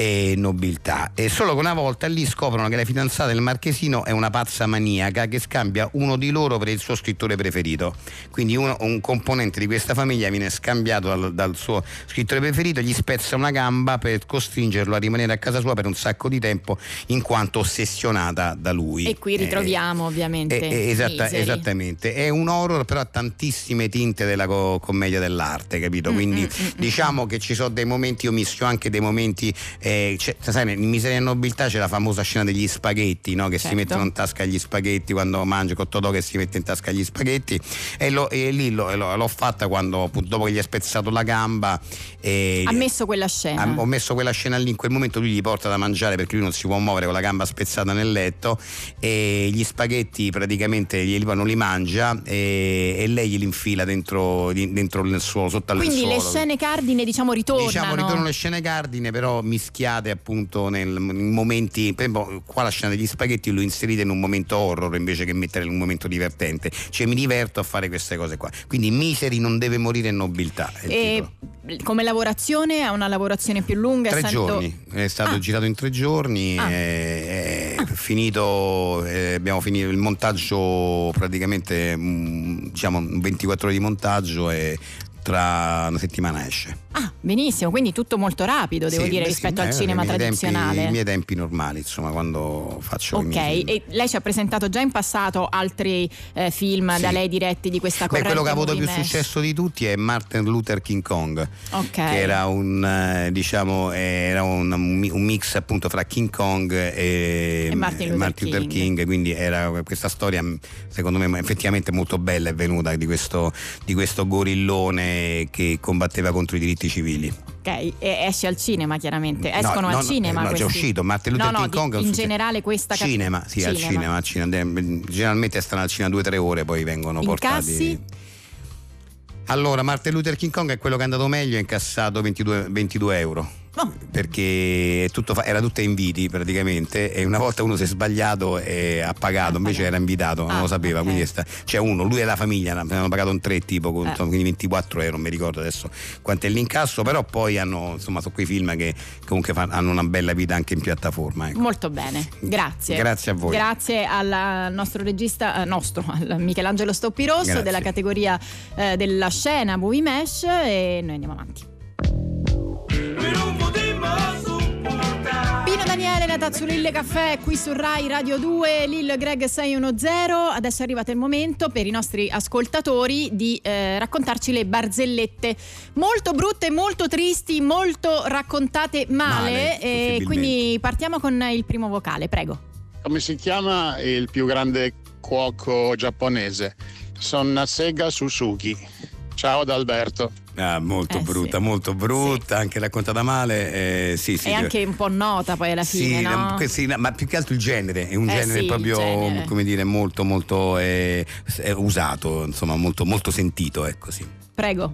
Speaker 4: e nobiltà. E solo che una volta lì scoprono che la fidanzata del marchesino è una pazza maniaca che scambia uno di loro per il suo scrittore preferito. Quindi uno- un componente di questa famiglia viene scambiato dal, dal suo scrittore preferito, gli spezza una gamba per costringerlo a rimanere a casa sua per un sacco di tempo in quanto ossessionata da lui.
Speaker 3: E qui
Speaker 4: Eh,
Speaker 3: ritroviamo ovviamente
Speaker 4: eh, eh, esatta-
Speaker 3: Miseri.
Speaker 4: esattamente, è un horror però ha tantissime tinte della co- commedia dell'arte, capito? Quindi diciamo che ci sono dei momenti, io mischio anche dei momenti, eh, c'è- sai, in Miseria e Nobiltà c'è la famosa scena degli spaghetti, no? che si
Speaker 14: Certo.
Speaker 4: mettono in tasca gli spaghetti quando mangia con Totò che si mette in tasca gli spaghetti e, lo- e lì lo- lo- l'ho fatta quando, appunto, dopo che gli ha spezzato la gamba. e-
Speaker 3: Ha messo quella scena.
Speaker 4: ha- Ah, ho messo quella scena lì, in quel momento lui gli porta da mangiare perché lui non si può muovere con la gamba spezzata nel letto e gli spaghetti praticamente glieli- non li mangia e, e lei glieli infila dentro, di- dentro il lenzuolo, sotto al
Speaker 3: Quindi le
Speaker 4: lenzuolo.
Speaker 3: scene cardine diciamo ritornano.
Speaker 4: Diciamo, ritornano le scene cardine, però mischiate appunto nel, in momenti. Per esempio, qua la scena degli spaghetti l'ho inserita in un momento horror invece che mettere in un momento divertente. Cioè, mi diverto a fare queste cose qua. Quindi, Miseri non deve morire in nobiltà. è il
Speaker 3: E come lavorazione è una lavorazione più lunga.
Speaker 4: Tre
Speaker 3: essendo-
Speaker 4: giorni, è stato girato in tre giorni,
Speaker 3: Ah.
Speaker 4: è- è finito, eh, abbiamo finito il montaggio praticamente mm, diciamo 24 ore di montaggio e tra una settimana esce.
Speaker 3: Ah, benissimo, quindi tutto molto rapido, devo
Speaker 4: Sì,
Speaker 3: dire,
Speaker 4: beh,
Speaker 3: rispetto
Speaker 4: sì,
Speaker 3: al
Speaker 4: eh,
Speaker 3: cinema
Speaker 4: i miei tempi-
Speaker 3: tradizionale.
Speaker 4: I miei tempi normali, insomma, quando faccio i
Speaker 3: Ok,
Speaker 4: miei film.
Speaker 3: e lei ci ha presentato già in passato altri eh, film da lei diretti di questa
Speaker 4: Beh,
Speaker 3: corrente
Speaker 4: quello che ha avuto
Speaker 3: movie
Speaker 4: più
Speaker 3: mesh.
Speaker 4: successo di tutti è Martin Luther King Kong.
Speaker 3: Ok.
Speaker 4: Che era un eh, diciamo eh, era un, un mix appunto fra King Kong e,
Speaker 3: E Martin Luther King.
Speaker 4: quindi era questa storia mh, secondo me effettivamente molto bella è venuta di questo, di questo gorillone che combatteva contro i diritti civili.
Speaker 3: Ok, e esce al cinema chiaramente. Escono
Speaker 4: no,
Speaker 3: al
Speaker 4: no,
Speaker 3: cinema.
Speaker 4: eh, no, è già
Speaker 3: questi.
Speaker 4: uscito, Martin Luther
Speaker 3: no, no,
Speaker 4: King
Speaker 3: di-
Speaker 4: Kong è un
Speaker 3: In
Speaker 4: successo.
Speaker 3: generale questa cap-
Speaker 4: Cinema, sì, al cinema, al cinema. De- Generalmente stanno al cinema due o tre ore, poi vengono portati.
Speaker 3: Incassi?
Speaker 4: Allora, Martin Luther King Kong è quello che è andato meglio, ha incassato 22, 22 euro. Perché è tutto fa- era tutto a inviti praticamente e una volta uno si è sbagliato e ha pagato, invece era invitato, non lo sapeva. Quindi è sta- c'è uno, lui e la famiglia ne hanno pagato un tre tipo, con-
Speaker 14: Eh.
Speaker 4: insomma, quindi 24 euro, non mi ricordo adesso quanto è l'incasso, però poi hanno, insomma, sono quei film che comunque fa- hanno una bella vita anche in piattaforma. ecco.
Speaker 3: Molto bene, grazie.
Speaker 4: Grazie a voi.
Speaker 3: Grazie al nostro regista, eh, nostro, al Michelangelo Stoppirosso
Speaker 4: Grazie.
Speaker 3: della categoria eh, della scena Movie Mesh e noi andiamo avanti. Pino Daniele, la Tazzulille Caffè qui su Rai Radio 2, Lil Greg 610. Adesso è arrivato il momento per i nostri ascoltatori di eh, raccontarci le barzellette molto brutte, molto tristi, molto raccontate male.
Speaker 15: Male,
Speaker 3: e
Speaker 15: possibilmente.
Speaker 3: quindi partiamo con il primo vocale, prego.
Speaker 15: Come si chiama il più grande cuoco giapponese? Sonnasega Suzuki. Ciao ad Alberto.
Speaker 4: Ah, molto brutta, molto brutta, anche raccontata male. eh, sì, sì,
Speaker 3: è anche un po' nota poi alla
Speaker 4: Sì,
Speaker 3: fine, no?
Speaker 4: no, que- sì, no, ma più che altro il genere, è un
Speaker 3: Eh
Speaker 4: genere
Speaker 3: sì, il
Speaker 4: proprio
Speaker 3: genere.
Speaker 4: come dire molto molto eh, s- eh, usato, insomma, molto, molto sentito, ecco sì.
Speaker 3: Prego.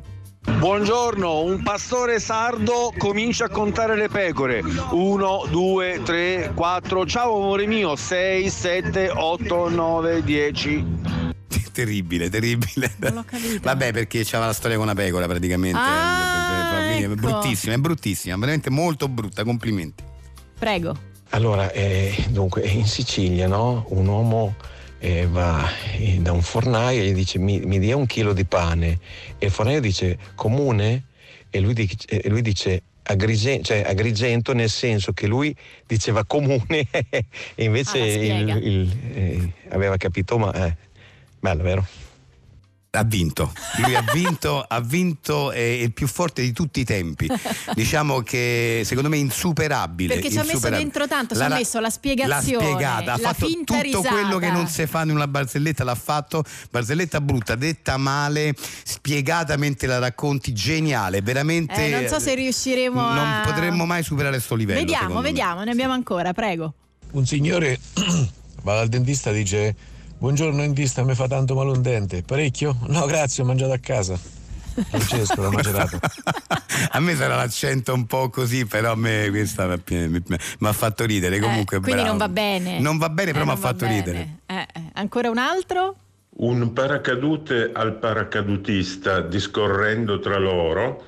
Speaker 16: Buongiorno, un pastore sardo comincia a contare le pecore. 1, 2, 3, 4. Ciao amore mio, 6, 7, 8, 9, 10.
Speaker 4: *laughs* Terribile, terribile. Vabbè, perché c'era la storia con una pecora praticamente.
Speaker 3: Ah,
Speaker 4: Quindi
Speaker 3: ecco.
Speaker 4: È bruttissima, è bruttissima, veramente molto brutta, complimenti. *laughs*
Speaker 3: Prego.
Speaker 17: Allora, eh, dunque, in Sicilia, no? Un uomo eh, va eh, da un fornaio e gli dice mi, mi dia un chilo di pane e il fornaio dice comune e lui, dic- e lui dice "Agrige- cioè, agrigento nel senso che lui diceva comune *laughs* e invece
Speaker 18: Ah, la spiega.
Speaker 17: il- il- eh, aveva capito ma eh, bello vero?
Speaker 4: Ha vinto, lui ha
Speaker 3: *laughs*
Speaker 4: vinto, ha vinto eh, il più forte di tutti i tempi. Diciamo che secondo me è insuperabile.
Speaker 3: Perché ci ha messo
Speaker 4: insuperabile.
Speaker 3: dentro tanto, ci ha
Speaker 4: ra-
Speaker 3: messo la spiegazione,
Speaker 4: l'ha spiegata, ha
Speaker 3: la
Speaker 4: fatto
Speaker 3: finta
Speaker 4: tutto
Speaker 3: risata.
Speaker 4: quello che non si fa in una barzelletta, l'ha fatto. Barzelletta brutta, detta male, spiegata mentre la racconti, geniale, veramente.
Speaker 3: Eh, non so se riusciremo
Speaker 4: non
Speaker 3: a...
Speaker 4: potremmo mai superare sto livello.
Speaker 3: Vediamo,
Speaker 4: secondo me.
Speaker 3: vediamo, ne abbiamo ancora, prego.
Speaker 14: Un signore *clears throat* va dal dentista e dice: Buongiorno dentista, mi fa tanto male un dente. Parecchio? No, grazie, ho mangiato a casa.
Speaker 18: *laughs*
Speaker 14: Francesco da Macerata.
Speaker 4: *laughs* A me sarà l'accento un po' così, però a me questa mi- mi mi ha fatto ridere. Comunque,
Speaker 3: Eh, Quindi
Speaker 4: bravo.
Speaker 3: non va bene.
Speaker 4: Non va bene, però mi ha fatto ridere.
Speaker 3: Eh, eh, ancora un altro?
Speaker 19: Un paracadute al paracadutista discorrendo tra loro.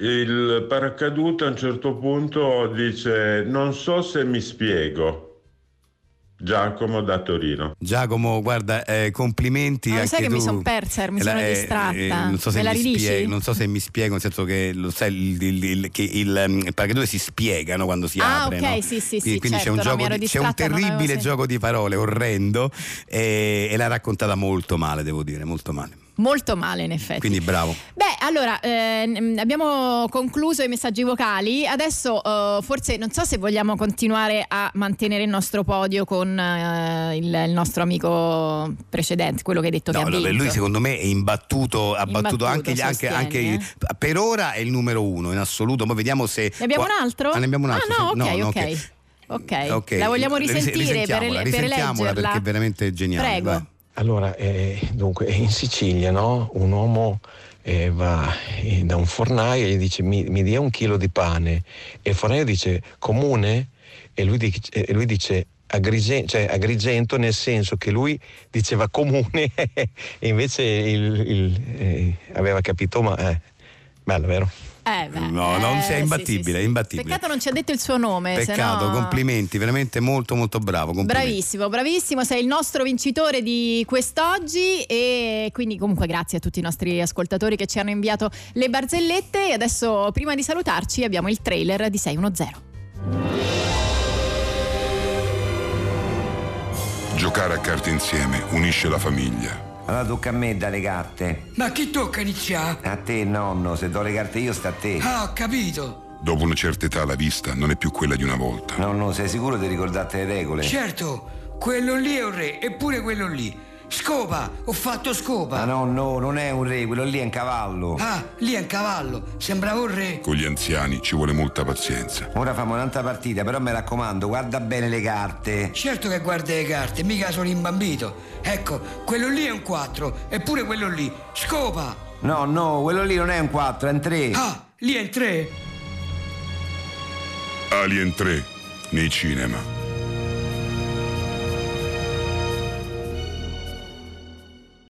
Speaker 19: Il paracadute a un certo punto dice: Non so se mi spiego. Giacomo da Torino.
Speaker 4: Giacomo, guarda, eh, complimenti.
Speaker 3: Ma lo
Speaker 4: anche
Speaker 3: sai che mi
Speaker 4: tu.
Speaker 3: son persa, mi
Speaker 4: Eh,
Speaker 3: sono
Speaker 4: eh,
Speaker 3: distratta.
Speaker 4: eh, non, so se
Speaker 3: Me la
Speaker 4: mi
Speaker 3: ridici?
Speaker 4: spiego, non so se mi spiego, nel senso che lo sai, il, il, il- che il, mm, il paracadute si spiega no, quando si
Speaker 3: Ah,
Speaker 4: apre.
Speaker 3: ok,
Speaker 4: no?
Speaker 3: sì, sì,
Speaker 4: Quindi,
Speaker 3: sì,
Speaker 4: quindi
Speaker 3: certo,
Speaker 4: c'è, un
Speaker 3: no, mi
Speaker 4: gioco
Speaker 3: ero
Speaker 4: di- c'è
Speaker 3: distratta,
Speaker 4: un
Speaker 3: non avevo
Speaker 4: terribile
Speaker 3: sentito.
Speaker 4: gioco di parole, orrendo, eh, e l'ha raccontata molto male, devo dire, molto male.
Speaker 3: Molto male in effetti.
Speaker 4: Quindi bravo.
Speaker 3: Beh, allora, eh, n- abbiamo concluso i messaggi vocali. Adesso eh, forse non so se vogliamo continuare a mantenere il nostro podio con eh, il, il nostro amico precedente, quello che hai detto
Speaker 4: No,
Speaker 3: che ha
Speaker 4: no,
Speaker 3: vinto.
Speaker 4: lui secondo me è imbattuto, ha battuto
Speaker 3: Imbattuto,
Speaker 4: anche, gli- anche-
Speaker 3: sostieni,
Speaker 4: anche il- per ora è il numero uno in assoluto. Poi vediamo se.
Speaker 3: Ne abbiamo
Speaker 4: qua-
Speaker 3: un altro?
Speaker 4: Ah, ne abbiamo un altro.
Speaker 3: Ah, no,
Speaker 4: sì.
Speaker 3: ok, ok.
Speaker 4: che-
Speaker 3: Ok.
Speaker 4: Ok,
Speaker 3: La vogliamo
Speaker 4: ris-
Speaker 3: risentire per,
Speaker 4: risentiamola,
Speaker 3: per
Speaker 4: risentiamola
Speaker 3: eleggerla?
Speaker 4: perché è veramente geniale.
Speaker 3: Prego.
Speaker 4: vai.
Speaker 17: Allora, eh, dunque, in Sicilia, no? Un uomo eh, va eh, da un fornaio e gli dice mi, mi dia un chilo di pane e il fornaio dice comune e lui, dic- e lui dice "Agrige- cioè, agrigento nel senso che lui diceva *laughs* comune e invece il- il- eh, aveva capito ma eh, Bello, vero?
Speaker 3: Eh, beh,
Speaker 4: No, non
Speaker 3: eh,
Speaker 4: sei
Speaker 3: sì,
Speaker 4: imbattibile,
Speaker 3: sì, sì.
Speaker 4: è imbattibile.
Speaker 3: Peccato non ci ha detto il suo nome.
Speaker 4: Peccato,
Speaker 3: sennò-
Speaker 4: complimenti, veramente molto molto bravo. Complimenti.
Speaker 3: Bravissimo, bravissimo, sei il nostro vincitore di quest'oggi e quindi comunque grazie a tutti i nostri ascoltatori che ci hanno inviato le barzellette e adesso prima di salutarci abbiamo il trailer di 610.
Speaker 18: Giocare a carte insieme unisce la famiglia. Allora tocca a me dare carte.
Speaker 20: Ma chi tocca iniziare?
Speaker 18: A te, nonno, se do le carte io sta a te.
Speaker 20: Ah, ho capito.
Speaker 18: Dopo una certa età la vista non è più quella di una volta. Nonno, sei sicuro di ricordarti le regole?
Speaker 20: Certo, quello lì è un re, eppure quello lì. Scopa, ho fatto scopa.
Speaker 18: Ma nonno, non è un re, quello lì è un cavallo.
Speaker 20: Ah, lì è un cavallo, sembrava un re.
Speaker 18: Con gli anziani ci vuole molta pazienza. Ora famo un'altra partita, però mi raccomando, guarda bene le carte.
Speaker 20: Certo che guarda le carte, mica sono imbambito. Ecco, quello lì è un 4, eppure quello lì. Scopa!
Speaker 18: No, no, quello lì non è un 4, è un 3.
Speaker 20: Ah, lì è il 3.
Speaker 18: Alien 3 nei cinema.